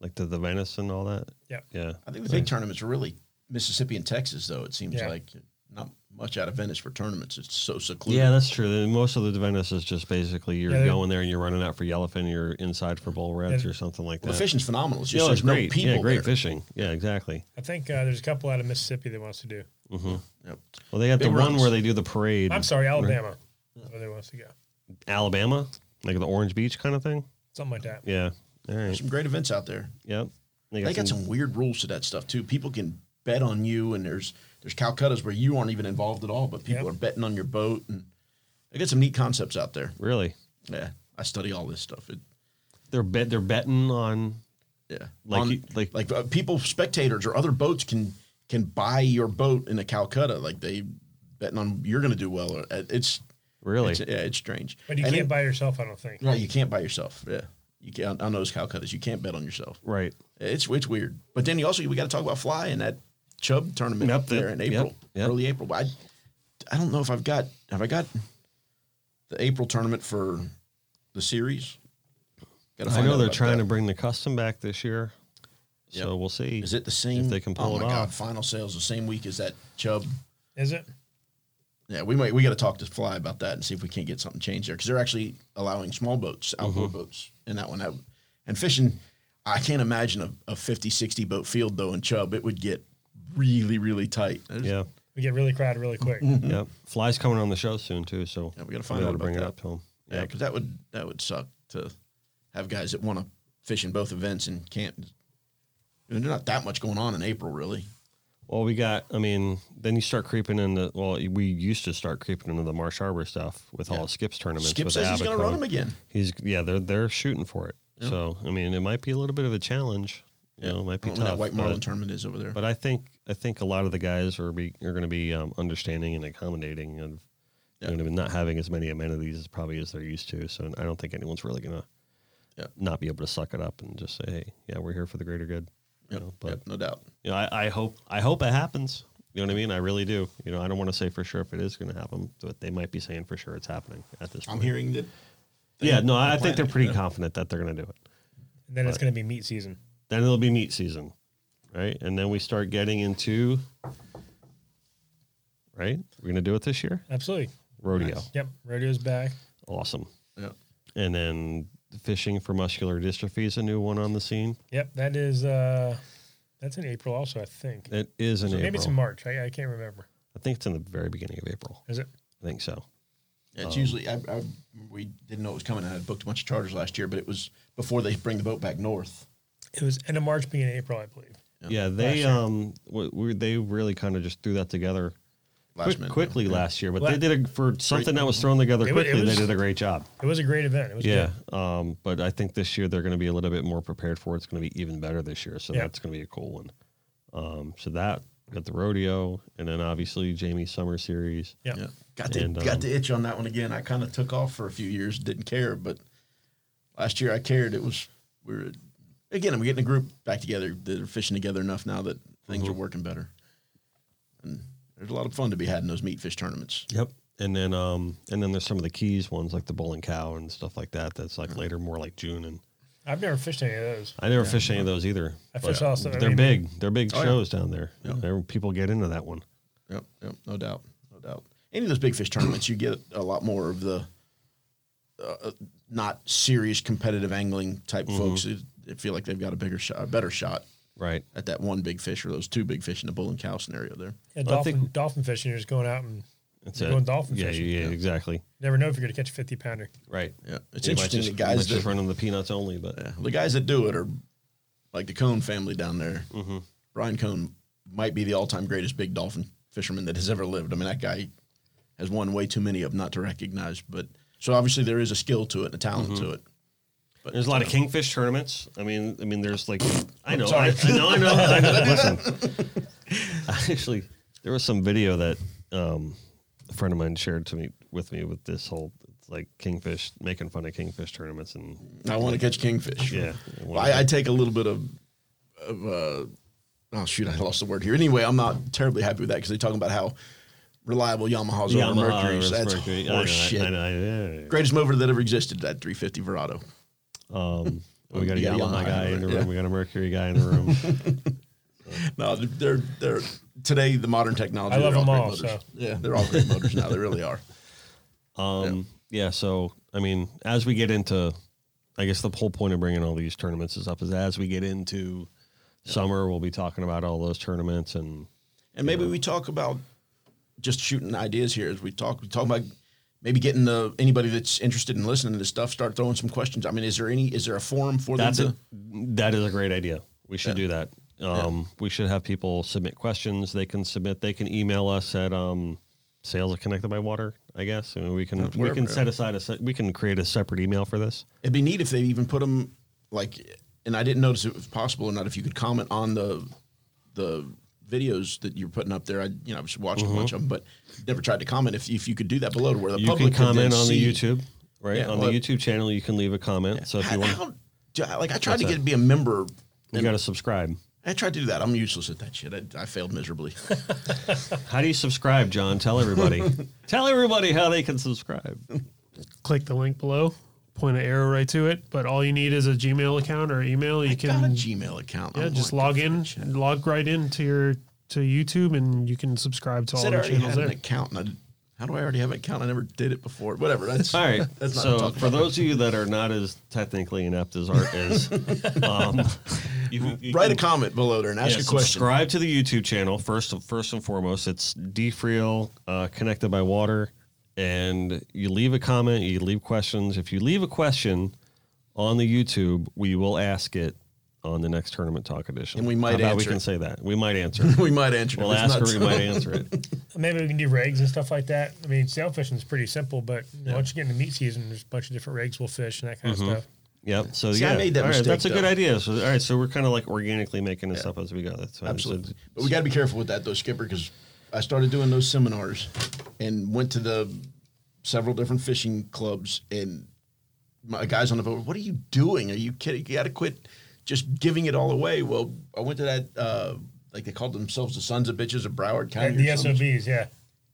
Speaker 4: like to the Venice and all that.
Speaker 2: Yep.
Speaker 4: Yeah,
Speaker 3: I think the big tournaments are really Mississippi and Texas, though. It seems
Speaker 2: Yeah.
Speaker 3: like not much out of Venice for tournaments. It's so secluded.
Speaker 4: yeah, that's true. The- Most of the Venice is just basically you're
Speaker 2: Yeah, they-
Speaker 4: going there and you're running out for yellowfin, you're inside for bull reds
Speaker 2: Yeah.
Speaker 4: or something like
Speaker 3: Well,
Speaker 4: that.
Speaker 3: the fishing's phenomenal. It's
Speaker 4: Yeah,
Speaker 3: just
Speaker 4: it's
Speaker 3: there's no
Speaker 4: great.
Speaker 3: people
Speaker 4: yeah, great
Speaker 3: there.
Speaker 4: fishing. Yeah, exactly.
Speaker 2: I think uh, there's a couple out of Mississippi that wants to do.
Speaker 3: Yep.
Speaker 4: Well, they got the
Speaker 3: Big
Speaker 4: one
Speaker 3: runs.
Speaker 4: where they do the parade.
Speaker 2: I'm sorry, Alabama. Where they wants to go,
Speaker 4: Alabama, like the Orange Beach kind of thing.
Speaker 2: something like that.
Speaker 4: Yeah. All
Speaker 3: There's
Speaker 4: right.
Speaker 3: some great events out there.
Speaker 4: Yep.
Speaker 3: They got some weird rules to that stuff too. People can bet on you, and there's there's Calcutta's where you aren't even involved at all, but people
Speaker 2: Yep.
Speaker 3: are betting on your boat, and they got some neat concepts out there.
Speaker 4: really.
Speaker 3: Yeah, I study all this stuff. It,
Speaker 4: They're bet. They're betting on.
Speaker 3: yeah,
Speaker 4: Like
Speaker 3: On-
Speaker 4: you- like-
Speaker 3: like uh, people, spectators or other boats can can buy your boat in a Calcutta. Like they betting on you're going to do well. Or, uh, it's
Speaker 4: Really?
Speaker 3: it's, yeah, it's strange.
Speaker 2: But you
Speaker 3: And
Speaker 2: can't
Speaker 3: it-
Speaker 2: buy yourself, I don't think.
Speaker 3: No, you can't buy yourself. Yeah, you can't on those Calcuttas. You can't bet on yourself.
Speaker 4: right.
Speaker 3: It's it's weird. But then you also we got to talk about fly and that Chubb tournament
Speaker 4: Yep,
Speaker 3: up there in
Speaker 4: yep,
Speaker 3: April,
Speaker 4: yep.
Speaker 3: early April. But I, I don't know if I've got have I got the April tournament for the series. Gotta
Speaker 4: I
Speaker 3: find
Speaker 4: know
Speaker 3: out
Speaker 4: they're
Speaker 3: about
Speaker 4: trying
Speaker 3: that.
Speaker 4: to bring the custom back this year, so
Speaker 3: Yep.
Speaker 4: we'll see.
Speaker 3: Is it the same?
Speaker 4: If they can pull
Speaker 3: oh
Speaker 4: it
Speaker 3: my God,
Speaker 4: off.
Speaker 3: final sales the same week as that Chubb.
Speaker 2: Is it?
Speaker 3: Yeah, we might we got to talk to Fly about that and see if we can't get something changed there because they're actually allowing small boats, outboard
Speaker 4: Mm-hmm.
Speaker 3: boats, in that one. That, and fishing, I can't imagine a, a 50, 60 boat field though in Chubb. It would get really, really tight. There's-
Speaker 4: Yeah.
Speaker 2: We get really crowded really quick.
Speaker 4: Yep. Fly's coming on the show soon too, so
Speaker 3: Yeah, we gotta
Speaker 4: I'll
Speaker 3: find
Speaker 4: be able
Speaker 3: out
Speaker 4: to
Speaker 3: about
Speaker 4: bring it
Speaker 3: that.
Speaker 4: up to him.
Speaker 3: Yeah, because that would that would suck to have guys that want to fish in both events and can't. There's not that much going on in April, really.
Speaker 4: Well, we got. I mean, then you start creeping into. Well, we used to start creeping into the Marsh Harbor stuff with all of Skip's tournaments.
Speaker 3: Skip
Speaker 4: with
Speaker 3: says he's going to
Speaker 4: Abaco.
Speaker 3: run them again.
Speaker 4: He's yeah, they're they're shooting for it. So I mean, it might be a little bit of a challenge. You know, it might
Speaker 3: I
Speaker 4: be
Speaker 3: don't know when
Speaker 4: tough.
Speaker 3: that White
Speaker 4: but-
Speaker 3: Marlin tournament is over there.
Speaker 4: But I think I think a lot of the guys are be are going to be um, understanding and accommodating and you know, what I mean, not having as many amenities as probably as they're used to. So I don't think anyone's really going to
Speaker 3: Yeah.
Speaker 4: not be able to suck it up and just say, hey, yeah, we're here for the greater good. You know, but
Speaker 3: Yep, no doubt.
Speaker 4: you know, I, I hope I hope it happens. You know what I mean? I really do. You know, I don't want to say for sure if it is going to happen, but they might be saying for sure it's happening at this
Speaker 3: I'm
Speaker 4: point.
Speaker 3: hearing that.
Speaker 4: yeah, no, I think
Speaker 3: planning,
Speaker 4: they're pretty
Speaker 3: yeah.
Speaker 4: confident that they're going to do it.
Speaker 2: And then it's going to be meat season.
Speaker 4: Then it'll be meat season, right? And then we start getting into, right? We're going to do it this year.
Speaker 2: Absolutely.
Speaker 4: Rodeo,
Speaker 2: Yep. Rodeo's back.
Speaker 4: awesome.
Speaker 3: Yeah.
Speaker 4: And then fishing for muscular dystrophy is a new one on the scene.
Speaker 2: Yep. That is. uh That's in April also, I think.
Speaker 4: It is in
Speaker 2: So
Speaker 4: April.
Speaker 2: maybe it's in March. I, I can't remember.
Speaker 4: I think it's in the very beginning of April.
Speaker 2: Is it?
Speaker 4: I think so.
Speaker 3: It's
Speaker 4: Um,
Speaker 3: usually I, I we didn't know it was coming. I had booked a bunch of charters last year, but it was before they bring the boat back north.
Speaker 2: It was end of March, beginning of April, I believe.
Speaker 4: Yeah, they um, w- we, they really kind of just threw that together
Speaker 3: last
Speaker 4: quick,
Speaker 3: minute.
Speaker 4: quickly last year, but
Speaker 2: Well,
Speaker 4: they did a, for something that was thrown together
Speaker 2: It wa- it
Speaker 4: quickly.
Speaker 2: was-
Speaker 4: they did a great job.
Speaker 2: It was a great event. It was
Speaker 4: Yeah,
Speaker 2: good.
Speaker 4: um, but I think this year they're going to be a little bit more prepared for it. It's going to be even better this year, so
Speaker 2: Yeah.
Speaker 4: that's going to be a cool one. Um, so that at the rodeo, and then obviously Jamie's summer series.
Speaker 2: Yeah.
Speaker 3: Yeah. Got the
Speaker 4: And,
Speaker 3: got
Speaker 4: um,
Speaker 3: the itch on that one again. I kind of took off for a few years, didn't care, but last year I cared. It was we were again. I'm getting a group back together. They're fishing together enough now that things
Speaker 4: Mm-hmm.
Speaker 3: are working better. And there's a lot of fun to be had in those meat fish tournaments.
Speaker 4: Yep. And then um, and then there's some of the keys ones like the bowling cow and stuff like that. That's like later, more like June. And
Speaker 2: I've never fished any of those.
Speaker 4: I never fished any of those either.
Speaker 2: I
Speaker 4: but
Speaker 2: fish also- I
Speaker 4: They're
Speaker 2: mean- Oh,
Speaker 4: big. They're big
Speaker 3: yeah.
Speaker 4: shows down there. There- People get into that one.
Speaker 3: Yep, yep, no doubt, no doubt. Any of those big fish tournaments, you get a lot more of the uh, not serious competitive angling type
Speaker 4: Mm-hmm.
Speaker 3: folks. It, they feel like they've got a bigger shot, a better shot
Speaker 4: Right.
Speaker 3: at that one big fish or those two big fish in the bull and cow scenario there.
Speaker 2: Yeah,
Speaker 4: Well, I
Speaker 2: dolphin, dolphin fishing, you're just going out and
Speaker 4: That's
Speaker 2: You're
Speaker 4: it.
Speaker 2: going dolphin
Speaker 4: yeah,
Speaker 2: fishing.
Speaker 4: yeah, exactly.
Speaker 2: never know if you're going to catch a 50 pounder.
Speaker 4: Right.
Speaker 3: Yeah, it's
Speaker 4: You might
Speaker 3: interesting.
Speaker 4: Just,
Speaker 3: the
Speaker 4: you might
Speaker 3: guys
Speaker 4: just
Speaker 3: that
Speaker 4: running the peanuts only, but
Speaker 3: yeah, the guys that do it are like the Cone family down there.
Speaker 4: Mm-hmm.
Speaker 3: Brian Cone might be the all-time greatest big dolphin fisherman that has ever lived. I mean, that guy has won way too many of 'em not to recognize. But so obviously there is a skill to it and a talent
Speaker 4: Mm-hmm.
Speaker 3: to it.
Speaker 4: There's a lot of kingfish tournaments. I mean, I mean, there's like, I know, I,
Speaker 3: Sorry.
Speaker 4: I know, I know, I know. Listen, actually, there was some video that um, a friend of mine shared to me with me with this whole like kingfish making fun of kingfish tournaments and
Speaker 3: I want to catch kingfish.
Speaker 4: yeah,
Speaker 3: Well, I, I take a little bit of, of uh, oh shoot, I lost the word here. Anyway, I'm not terribly happy with that because they're talking about how reliable Yamahas are on Mercury. So that's
Speaker 4: Mercury. I know,
Speaker 3: horseshit.
Speaker 4: I know, I know.
Speaker 3: Greatest motor that ever existed, that 350 Verado.
Speaker 4: Um, we got a
Speaker 3: You got a
Speaker 4: Yamaha
Speaker 3: Yamaha
Speaker 4: guy in the
Speaker 3: over there,
Speaker 4: room. We got a Mercury guy in the room.
Speaker 3: No, they're they're today the modern technology.
Speaker 2: I love
Speaker 3: they're
Speaker 2: them
Speaker 3: great
Speaker 2: all,
Speaker 3: Motors.
Speaker 2: so.
Speaker 3: Yeah, they're all great motors now. They really are.
Speaker 4: Um, yeah. So, I mean, as we get into, I guess the whole point of bringing all these tournaments is up is as we get into summer, we'll be talking about all those tournaments and
Speaker 3: And maybe we talk about just shooting ideas here as we talk. We talk about maybe getting the anybody that's interested in listening to this stuff start throwing some questions. I mean, is there any is there a forum for them
Speaker 4: that's
Speaker 3: to?
Speaker 4: a, that is a great idea. We should do that. Um, we should have people submit questions. They can submit, they can email us at, um, sales at connected by water, I guess. And we can, we
Speaker 3: wherever,
Speaker 4: can
Speaker 3: yeah.
Speaker 4: set aside a, se- we can create a separate email for this.
Speaker 3: It'd be neat if they even put them like, and I didn't notice it was possible or not. If you could comment on the the videos that you're putting up there, I you know I was watching a bunch of them, but never tried to comment. If if you could do that below to where the
Speaker 4: Mm-hmm. You can
Speaker 3: public could then
Speaker 4: comment on
Speaker 3: see-
Speaker 4: the YouTube, right?
Speaker 3: Yeah,
Speaker 4: on
Speaker 3: well-
Speaker 4: the YouTube channel, you can leave a comment. So if
Speaker 3: How,
Speaker 4: you want,
Speaker 3: how- do I- like I tried to get be a member.
Speaker 4: you got to subscribe.
Speaker 3: I tried to do that. I'm useless at that shit. I, I failed miserably.
Speaker 4: How do you subscribe, John? Tell everybody. Tell everybody how they can subscribe.
Speaker 5: Click the link below, point an arrow right to it. But all you need is a Gmail account or email. You
Speaker 3: got a
Speaker 5: can
Speaker 3: Gmail account. Oh
Speaker 5: yeah,
Speaker 3: I'm
Speaker 5: just
Speaker 3: like,
Speaker 5: log in, log right into your to YouTube, and you can subscribe to all
Speaker 3: Said I
Speaker 5: the
Speaker 3: already
Speaker 5: channels
Speaker 3: had
Speaker 5: there.
Speaker 3: an account. And I, how do I already have an account? I never did it before. Whatever. That's
Speaker 4: All right.
Speaker 3: That's not
Speaker 4: so
Speaker 3: talking
Speaker 4: for
Speaker 3: about.
Speaker 4: those of you that are not as technically inept as Art is, um, you, you
Speaker 3: Write a
Speaker 4: can-
Speaker 3: comment below there and ask
Speaker 4: yeah,
Speaker 3: a question.
Speaker 4: Subscribe to the YouTube channel first. First and foremost, it's DFreal uh, connected by water, and you leave a comment. You leave questions. If you leave a question on the YouTube, we will ask it on the next tournament talk edition.
Speaker 3: And we might
Speaker 4: How about we
Speaker 3: answer
Speaker 4: can
Speaker 3: it.
Speaker 4: say that we might answer. it.
Speaker 3: We might answer. it.
Speaker 4: We'll
Speaker 3: It's
Speaker 4: ask
Speaker 3: not
Speaker 4: or we
Speaker 3: so-
Speaker 4: might answer it.
Speaker 2: Maybe we can do rigs and stuff like that. I mean, sail fishing is pretty simple, but you know, once you get into meat season, there's a bunch of different rigs we'll fish and that kind of stuff.
Speaker 4: Yep. So
Speaker 3: See, I
Speaker 4: yeah,
Speaker 3: made that
Speaker 4: All right,
Speaker 3: mistake,
Speaker 4: That's a good
Speaker 3: though.
Speaker 4: idea. So all right, so we're kind of like organically making this up as we go. That's fine. So-
Speaker 3: Absolutely. But we got to be careful with that, though, Skipper, because I started doing those seminars and went to the several different fishing clubs, and my guys on the boat, what are you doing? Are you kidding? You got to quit just giving it all away. Well, I went to that, uh, like they called themselves the Sons of Bitches of Broward County.
Speaker 2: And
Speaker 3: or
Speaker 2: the
Speaker 3: something.
Speaker 2: SOBs, yeah.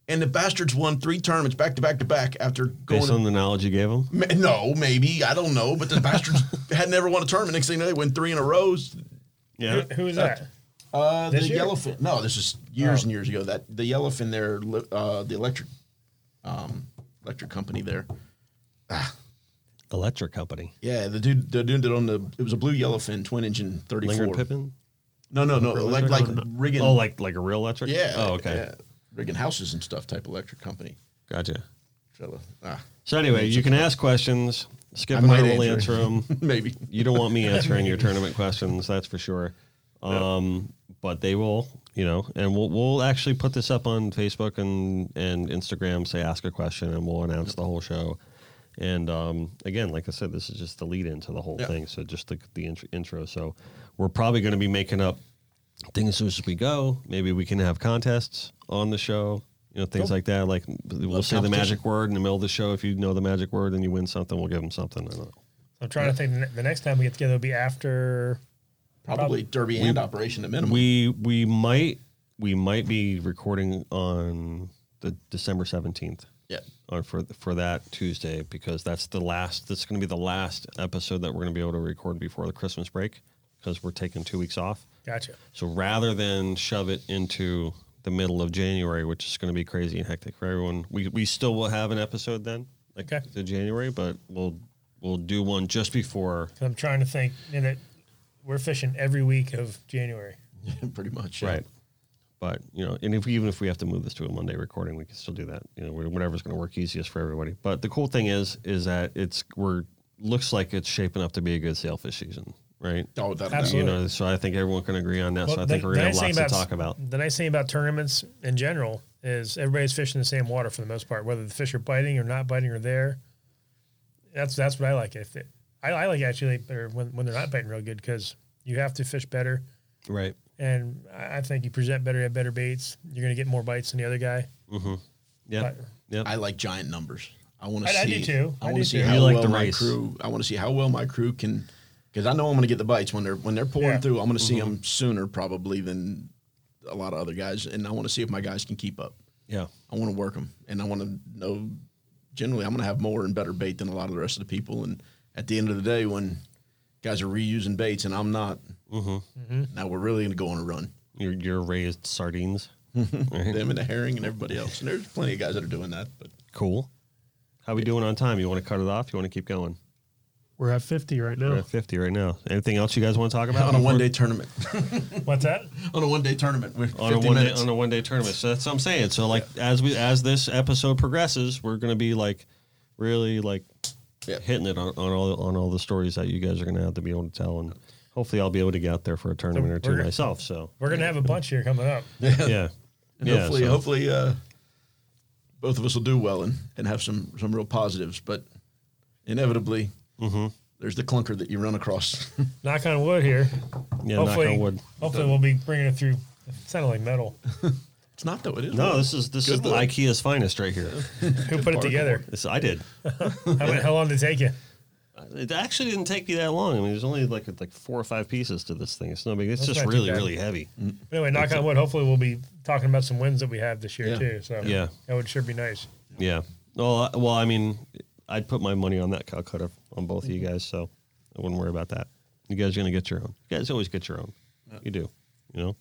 Speaker 3: And the bastards won three tournaments back to back to back after going.
Speaker 4: Based on the knowledge you gave them,
Speaker 3: Ma- no, maybe. I don't know. But the bastards had never won a tournament. Next thing you know, they win three in a row.
Speaker 4: yeah,
Speaker 2: Who was that?
Speaker 3: Uh, the
Speaker 2: This year? Oh.
Speaker 3: yellowfin. No, this is years and years ago. That the yellowfin there, li- uh, the electric, um, electric company there.
Speaker 4: electric company,
Speaker 3: Yeah, the dude, the dude that on the it was a blue yellowfin twin engine thirty
Speaker 4: Lingard
Speaker 3: four.
Speaker 4: Pippin.
Speaker 3: No, no, no, like like rigging.
Speaker 4: Oh, like like a real electric.
Speaker 3: yeah.
Speaker 4: Oh, okay,
Speaker 3: yeah, rigging houses and stuff type electric company.
Speaker 4: gotcha.
Speaker 3: Fella, ah,
Speaker 4: So anyway, you can ask questions. Skip
Speaker 3: I
Speaker 4: and
Speaker 3: might
Speaker 4: I will
Speaker 3: answer.
Speaker 4: answer them.
Speaker 3: maybe.
Speaker 4: You don't want me answering your tournament questions, that's for sure. Um, But they will you know, and we'll we'll actually put this up on Facebook and and Instagram. Say ask a question, and we'll announce the whole show. And um, again, like I said, this is just the lead into the whole
Speaker 3: Yeah.
Speaker 4: thing. So just the the intro. intro. So we're probably going to be making up things as we go. Maybe we can have contests on the show. You know, things like that. Like we'll say the magic word in the middle of the show. If you know the magic word and you win something, we'll give them something. I don't know.
Speaker 2: I'm trying to think. the ne- The next time we get together will be after.
Speaker 3: Probably Derby and operation at minimum.
Speaker 4: We we might we might be recording on the December seventeenth.
Speaker 3: Yeah.
Speaker 4: Or for for that Tuesday because that's the last. That's going to be the last episode that we're going to be able to record before the Christmas break because we're taking two weeks off.
Speaker 2: Gotcha.
Speaker 4: So rather than shove it into the middle of January, which is going to be crazy and hectic for everyone, we, we still will have an episode then, like
Speaker 2: Okay.
Speaker 4: to January, but we'll we'll do one just before.
Speaker 2: 'Cause I'm trying to think. You know, we're fishing every week of January.
Speaker 3: pretty much. yeah.
Speaker 4: Right. But you know, and if even if we have to move this to a Monday recording, we can still do that. You know, wh- whatever's going to work easiest for everybody. But the cool thing is, is that it's we're looks like it's shaping up to be a good sailfish season, right?
Speaker 3: Oh, that
Speaker 4: You
Speaker 2: Absolutely.
Speaker 4: know, so I think everyone can agree on that. so I
Speaker 2: Well,
Speaker 4: think
Speaker 2: the-
Speaker 4: we're gonna
Speaker 2: the
Speaker 4: have
Speaker 2: nice thing
Speaker 4: lots to talk about.
Speaker 2: The nice thing about tournaments in general is everybody's fishing the same water for the most part, whether the fish are biting or not biting or there. That's that's what I like. If it, I, I like actually better when, when they're not biting real good because you have to fish better,
Speaker 4: Right.
Speaker 2: and I I think you present better, you have better baits. You're going to get more bites than the other guy.
Speaker 4: Yeah.
Speaker 2: But-
Speaker 4: Yep.
Speaker 3: I like giant numbers. I want to see.
Speaker 2: I- I do too. I
Speaker 3: I want
Speaker 2: do
Speaker 3: to see
Speaker 2: too.
Speaker 3: how
Speaker 4: You like
Speaker 3: well
Speaker 4: the
Speaker 3: my
Speaker 4: race.
Speaker 3: crew. I want to see how well my crew can, because I know I'm going to get the bites when they're when they're pulling
Speaker 2: Yeah.
Speaker 3: through. I'm going to
Speaker 4: Mm-hmm.
Speaker 3: see them sooner probably than a lot of other guys, and I want to see if my guys can keep up.
Speaker 4: yeah.
Speaker 3: I want to work them, and I want to know. Generally, I'm going to have more and better bait than a lot of the rest of the people. And at the end of the day, when guys are reusing baits and I'm not,
Speaker 4: Mm-hmm.
Speaker 2: Mm-hmm.
Speaker 3: now we're really going to go on a run.
Speaker 4: your your raised sardines.
Speaker 3: Them and the herring and everybody else. And there's plenty of guys that are doing that, but
Speaker 4: Cool. How we doing on time? You want to cut it off? You want to keep going?
Speaker 5: We're at 50 right now.
Speaker 4: We're at fifty right now. Anything else you guys want to talk about
Speaker 3: on a one day tournament.
Speaker 2: What's that?
Speaker 3: on a one day tournament. We're
Speaker 4: on a
Speaker 3: 50
Speaker 4: one day,
Speaker 3: minutes.
Speaker 4: on a one day tournament? So that's what I'm saying. So like as we as this episode progresses, we're gonna be like really like
Speaker 3: Yeah.
Speaker 4: hitting it on, on all on all the stories that you guys are gonna have to be able to tell, and hopefully I'll be able to get out there for a tournament or two
Speaker 2: we're-
Speaker 4: myself. So
Speaker 2: We're going to have a bunch here coming up.
Speaker 4: yeah,
Speaker 3: And
Speaker 4: yeah.
Speaker 3: hopefully,
Speaker 4: so-
Speaker 3: hopefully, uh, both of us will do well and, and have some some real positives. But inevitably,
Speaker 4: Mm-hmm.
Speaker 3: there's the clunker that you run across.
Speaker 2: Knock on wood here.
Speaker 4: yeah. Knock on wood.
Speaker 2: hopefully we'll be bringing it through. It sounded like metal.
Speaker 3: it's not though. It is
Speaker 4: No, this is this is
Speaker 3: Good
Speaker 4: the
Speaker 3: wood.
Speaker 4: IKEA's finest right here.
Speaker 2: Who put it together?
Speaker 4: This I did.
Speaker 2: How, how long did it take you?
Speaker 4: It actually didn't take me that long. I mean, there's only like like four or five pieces to this thing. It's no big. It's
Speaker 2: That's
Speaker 4: just
Speaker 2: not too
Speaker 4: really
Speaker 2: bad. Mm.
Speaker 4: really heavy.
Speaker 2: Anyway, knock on wood. Hopefully, we'll be talking about some wins that we have this year
Speaker 3: Yeah.
Speaker 2: too. So
Speaker 4: Yeah.
Speaker 2: that would sure be nice.
Speaker 4: Yeah. Well, I, well, I mean, I'd put my money on that cow cutter on both of you guys, so I wouldn't worry about that. You guys are gonna get your own. You guys always get your own. You do. You know,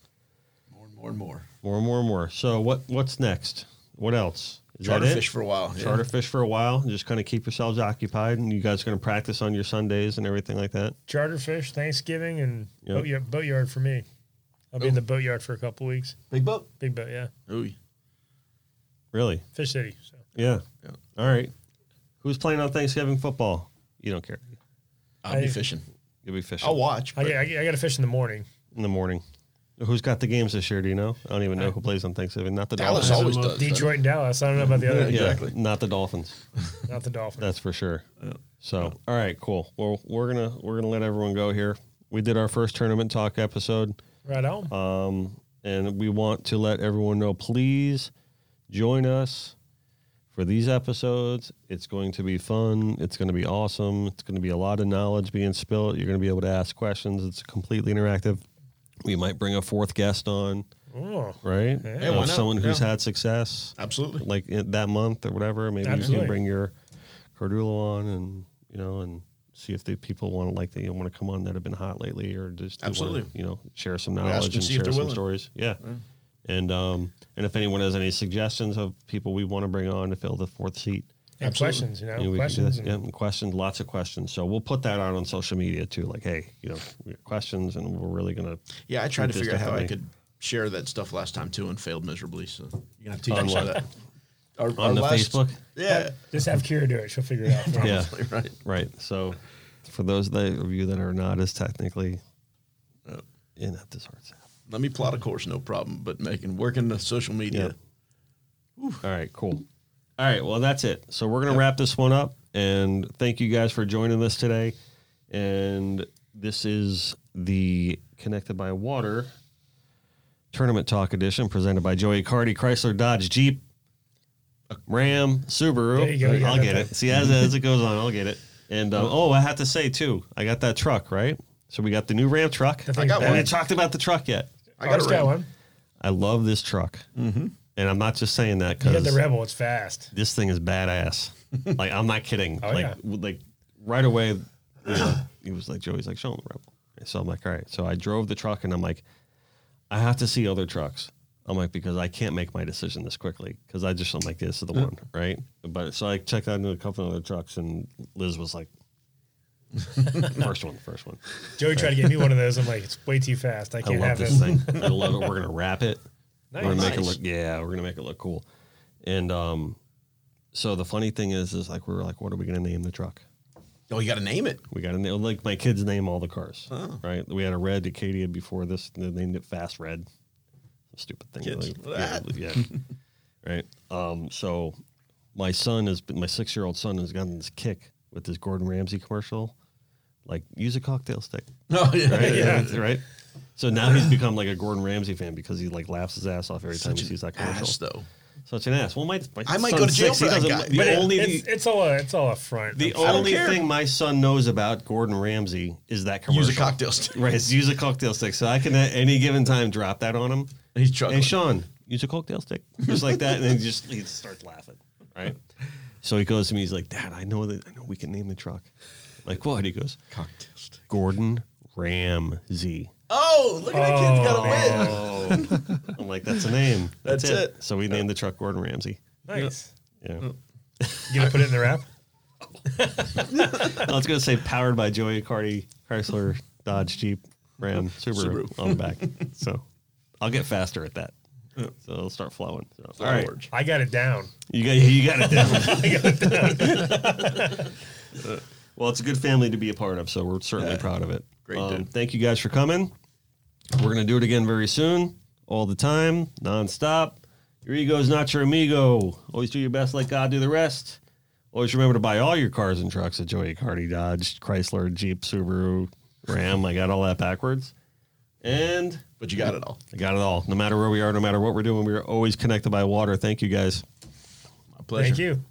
Speaker 3: more and more and more.
Speaker 4: more and more and more. So what what's next? What else? Is
Speaker 3: Charter
Speaker 4: that it?
Speaker 3: fish for a while. yeah.
Speaker 4: Charter fish for a while. Just kind of keep yourselves occupied, and you guys are gonna practice on your Sundays and everything like that.
Speaker 2: Charter fish, Thanksgiving, and
Speaker 4: Yep.
Speaker 2: boatyard, boatyard for me. I'll
Speaker 4: Oh.
Speaker 2: be in the boatyard for a couple weeks.
Speaker 3: big boat.
Speaker 2: Big boat, yeah.
Speaker 3: Ooh,
Speaker 4: Really?
Speaker 2: Fish City. So
Speaker 4: Yeah.
Speaker 3: Yeah.
Speaker 4: All right. Who's playing on Thanksgiving football? You don't care.
Speaker 3: I'll be
Speaker 2: I-
Speaker 3: fishing.
Speaker 4: You'll be fishing
Speaker 3: I'll watch.
Speaker 2: I,
Speaker 3: but
Speaker 2: get- I, get- I got to fish in the morning.
Speaker 4: in the morning. Who's got the games this year? Do you know? I don't even know who plays on Thanksgiving. Not the
Speaker 3: Dallas
Speaker 4: Dolphins.
Speaker 3: always
Speaker 5: Dallas
Speaker 3: does. doesn't
Speaker 2: Detroit and Dallas. I don't know about the other,
Speaker 3: Yeah.
Speaker 4: Uh, Yeah,
Speaker 3: Exactly.
Speaker 4: Not the Dolphins.
Speaker 2: not the Dolphins.
Speaker 4: That's for sure. So, all right, cool. Well, we're gonna we're gonna let everyone go here. We did our first tournament talk episode,
Speaker 2: right on.
Speaker 4: um, and we want to let everyone know. Please join us for these episodes. It's going to be fun. It's going to be awesome. It's going to be a lot of knowledge being spilled. You're going to be able to ask questions. It's completely interactive. We might bring a fourth guest on,
Speaker 2: oh,
Speaker 4: right?
Speaker 2: Yeah,
Speaker 4: Of
Speaker 3: why not?
Speaker 4: someone who's
Speaker 3: Yeah.
Speaker 4: had success
Speaker 3: Absolutely.
Speaker 4: like in, that month or whatever. Maybe you
Speaker 2: Absolutely.
Speaker 4: can bring your Cordula on and you know and see if the people want to like they want to come on that have been hot lately or just they wanna,
Speaker 3: Absolutely.
Speaker 4: you know share some
Speaker 3: ask
Speaker 4: knowledge
Speaker 3: and
Speaker 4: and
Speaker 3: see if
Speaker 4: share
Speaker 3: they're
Speaker 4: some
Speaker 3: willing.
Speaker 4: stories. Yeah. And um and if anyone has any suggestions of people we want to bring on to fill the fourth seat,
Speaker 2: and
Speaker 3: absolutely.
Speaker 2: questions, you know,
Speaker 4: you know, we can do
Speaker 2: questions.
Speaker 4: this.
Speaker 2: and-
Speaker 4: Yeah, and questions, lots of questions. So we'll put that out on social media too. Like, hey, you know, we got questions, and we're really gonna
Speaker 3: Yeah, I tried to
Speaker 4: Just
Speaker 3: figure out how I
Speaker 4: definitely.
Speaker 3: could share that stuff last time too and failed miserably. So you're gonna have to teach me
Speaker 4: what?
Speaker 3: that. Our,
Speaker 4: on the Facebook.
Speaker 3: Yeah.
Speaker 2: Just have Kira do it. She'll figure it out. for you.
Speaker 4: Yeah.
Speaker 3: Right.
Speaker 4: Right. So, for those that- of you that are not as technically uh, in at this art sap,
Speaker 3: Let me plot a course, no problem. But making working the social media.
Speaker 4: All right, cool. All right, well, that's it. So we're going to wrap this one up. And thank you guys for joining us today. And this is the Connected by Water Tournament Talk Edition presented by Joey Cardi, Chrysler, Dodge, Jeep, Ram, Subaru.
Speaker 2: There you go, you
Speaker 4: I'll
Speaker 2: got
Speaker 4: get
Speaker 2: that.
Speaker 4: it. See, as, as it goes on, I'll get it. And um, oh, I have to say, too, I got that truck, right? So we got the new Ram truck.
Speaker 3: I got
Speaker 4: I haven't
Speaker 3: one.
Speaker 4: talked about the truck yet.
Speaker 3: I got a
Speaker 2: Always
Speaker 3: ram.
Speaker 2: one.
Speaker 4: I love this truck. Mm-hmm. And I'm not just saying that
Speaker 2: You
Speaker 4: because
Speaker 2: got the rebel. It's fast.
Speaker 4: this thing is badass. like I'm not kidding.
Speaker 2: Oh,
Speaker 4: like
Speaker 2: yeah.
Speaker 4: w- like right away, you know, he was like Joey's like show him the rebel. And so I'm like all right. So I drove the truck and I'm like, I have to see other trucks. I'm like because I can't make my decision this quickly because I just I'm like this is the one right. But so I checked out into a couple of other trucks and Liz was like, first one, first one.
Speaker 2: Joey tried to get me one of those. I'm like, it's way too fast. I
Speaker 4: I
Speaker 2: can't
Speaker 4: love
Speaker 2: have
Speaker 4: this
Speaker 2: this.
Speaker 4: thing. I love it. We're gonna wrap it. We're gonna make it
Speaker 3: Nice.
Speaker 4: look. Yeah, we're gonna make it look cool. And um, so the funny thing is, is like we were like, what are we gonna name the truck?
Speaker 3: Oh, you got to name it.
Speaker 4: We got to name like my kids name all the cars. Right? We had a red Acadia before this. and They named it Fast Red. Stupid thing.
Speaker 3: Kids,
Speaker 4: Like,
Speaker 3: look
Speaker 4: yeah,
Speaker 3: at
Speaker 4: yeah. right. Um, so my son has been my six year old son has gotten this kick with this Gordon Ramsay commercial. Like use a cocktail stick
Speaker 3: Oh yeah,
Speaker 4: right?
Speaker 3: yeah.
Speaker 4: Yeah, right. So now he's become like a Gordon Ramsay fan because he like laughs his ass off every time he sees that commercial.
Speaker 3: Ass, though.
Speaker 4: Such an ass. Well, my, my
Speaker 3: I might
Speaker 4: son's
Speaker 3: go to jail
Speaker 4: six,
Speaker 3: for that
Speaker 4: he doesn't-
Speaker 3: guy.
Speaker 4: The
Speaker 2: But it-
Speaker 4: only
Speaker 2: it's, it's all a, it's all a front.
Speaker 4: the
Speaker 2: I'm sorry.
Speaker 4: only
Speaker 3: care.
Speaker 4: thing my son knows about Gordon Ramsay is that commercial.
Speaker 3: Use a cocktail stick.
Speaker 4: Right, it's use a cocktail stick. So I can at any given time drop that on him.
Speaker 3: He's chuckling.
Speaker 4: Hey, Sean, use a cocktail stick. Just like that. And then just he starts laughing. Right. So he goes to me, he's like, Dad, I know that I know we can name the truck. like, what? He goes,
Speaker 3: Cocktail stick.
Speaker 4: Gordon Ramsay.
Speaker 3: Oh, look at that kid's got a win.
Speaker 4: Oh, I'm like, that's a name. That's,
Speaker 3: That's
Speaker 4: it. Mm.
Speaker 3: it.
Speaker 4: So we named the truck Gordon Ramsay.
Speaker 2: nice.
Speaker 4: Yeah.
Speaker 2: You gonna put it in the wrap?
Speaker 4: I was going to say powered by Joey Cardi, Chrysler, Dodge, Jeep, Ram, Subaru,
Speaker 3: Subaru.
Speaker 4: on the back. So I'll get faster at that. So it'll start flowing. So, all right.
Speaker 3: Lord.
Speaker 2: I got it down.
Speaker 4: You got, you got it down. well, it's a good family to be a part of, so we're certainly
Speaker 3: Yeah.
Speaker 4: proud of it. Um,
Speaker 3: Great, dude.
Speaker 4: Thank you guys for coming. We're going to do it again very soon, all the time, nonstop. Your ego's not your amigo. Always do your best, let God do the rest. Always remember to buy all your cars and trucks at Joey Cardi, Dodge, Chrysler, Jeep, Subaru, Ram. I got all that backwards. And
Speaker 3: But you got it all.
Speaker 4: I got it all. No matter where we are, no matter what we're doing, we are always connected by water. Thank you guys.
Speaker 3: My pleasure.
Speaker 2: Thank you.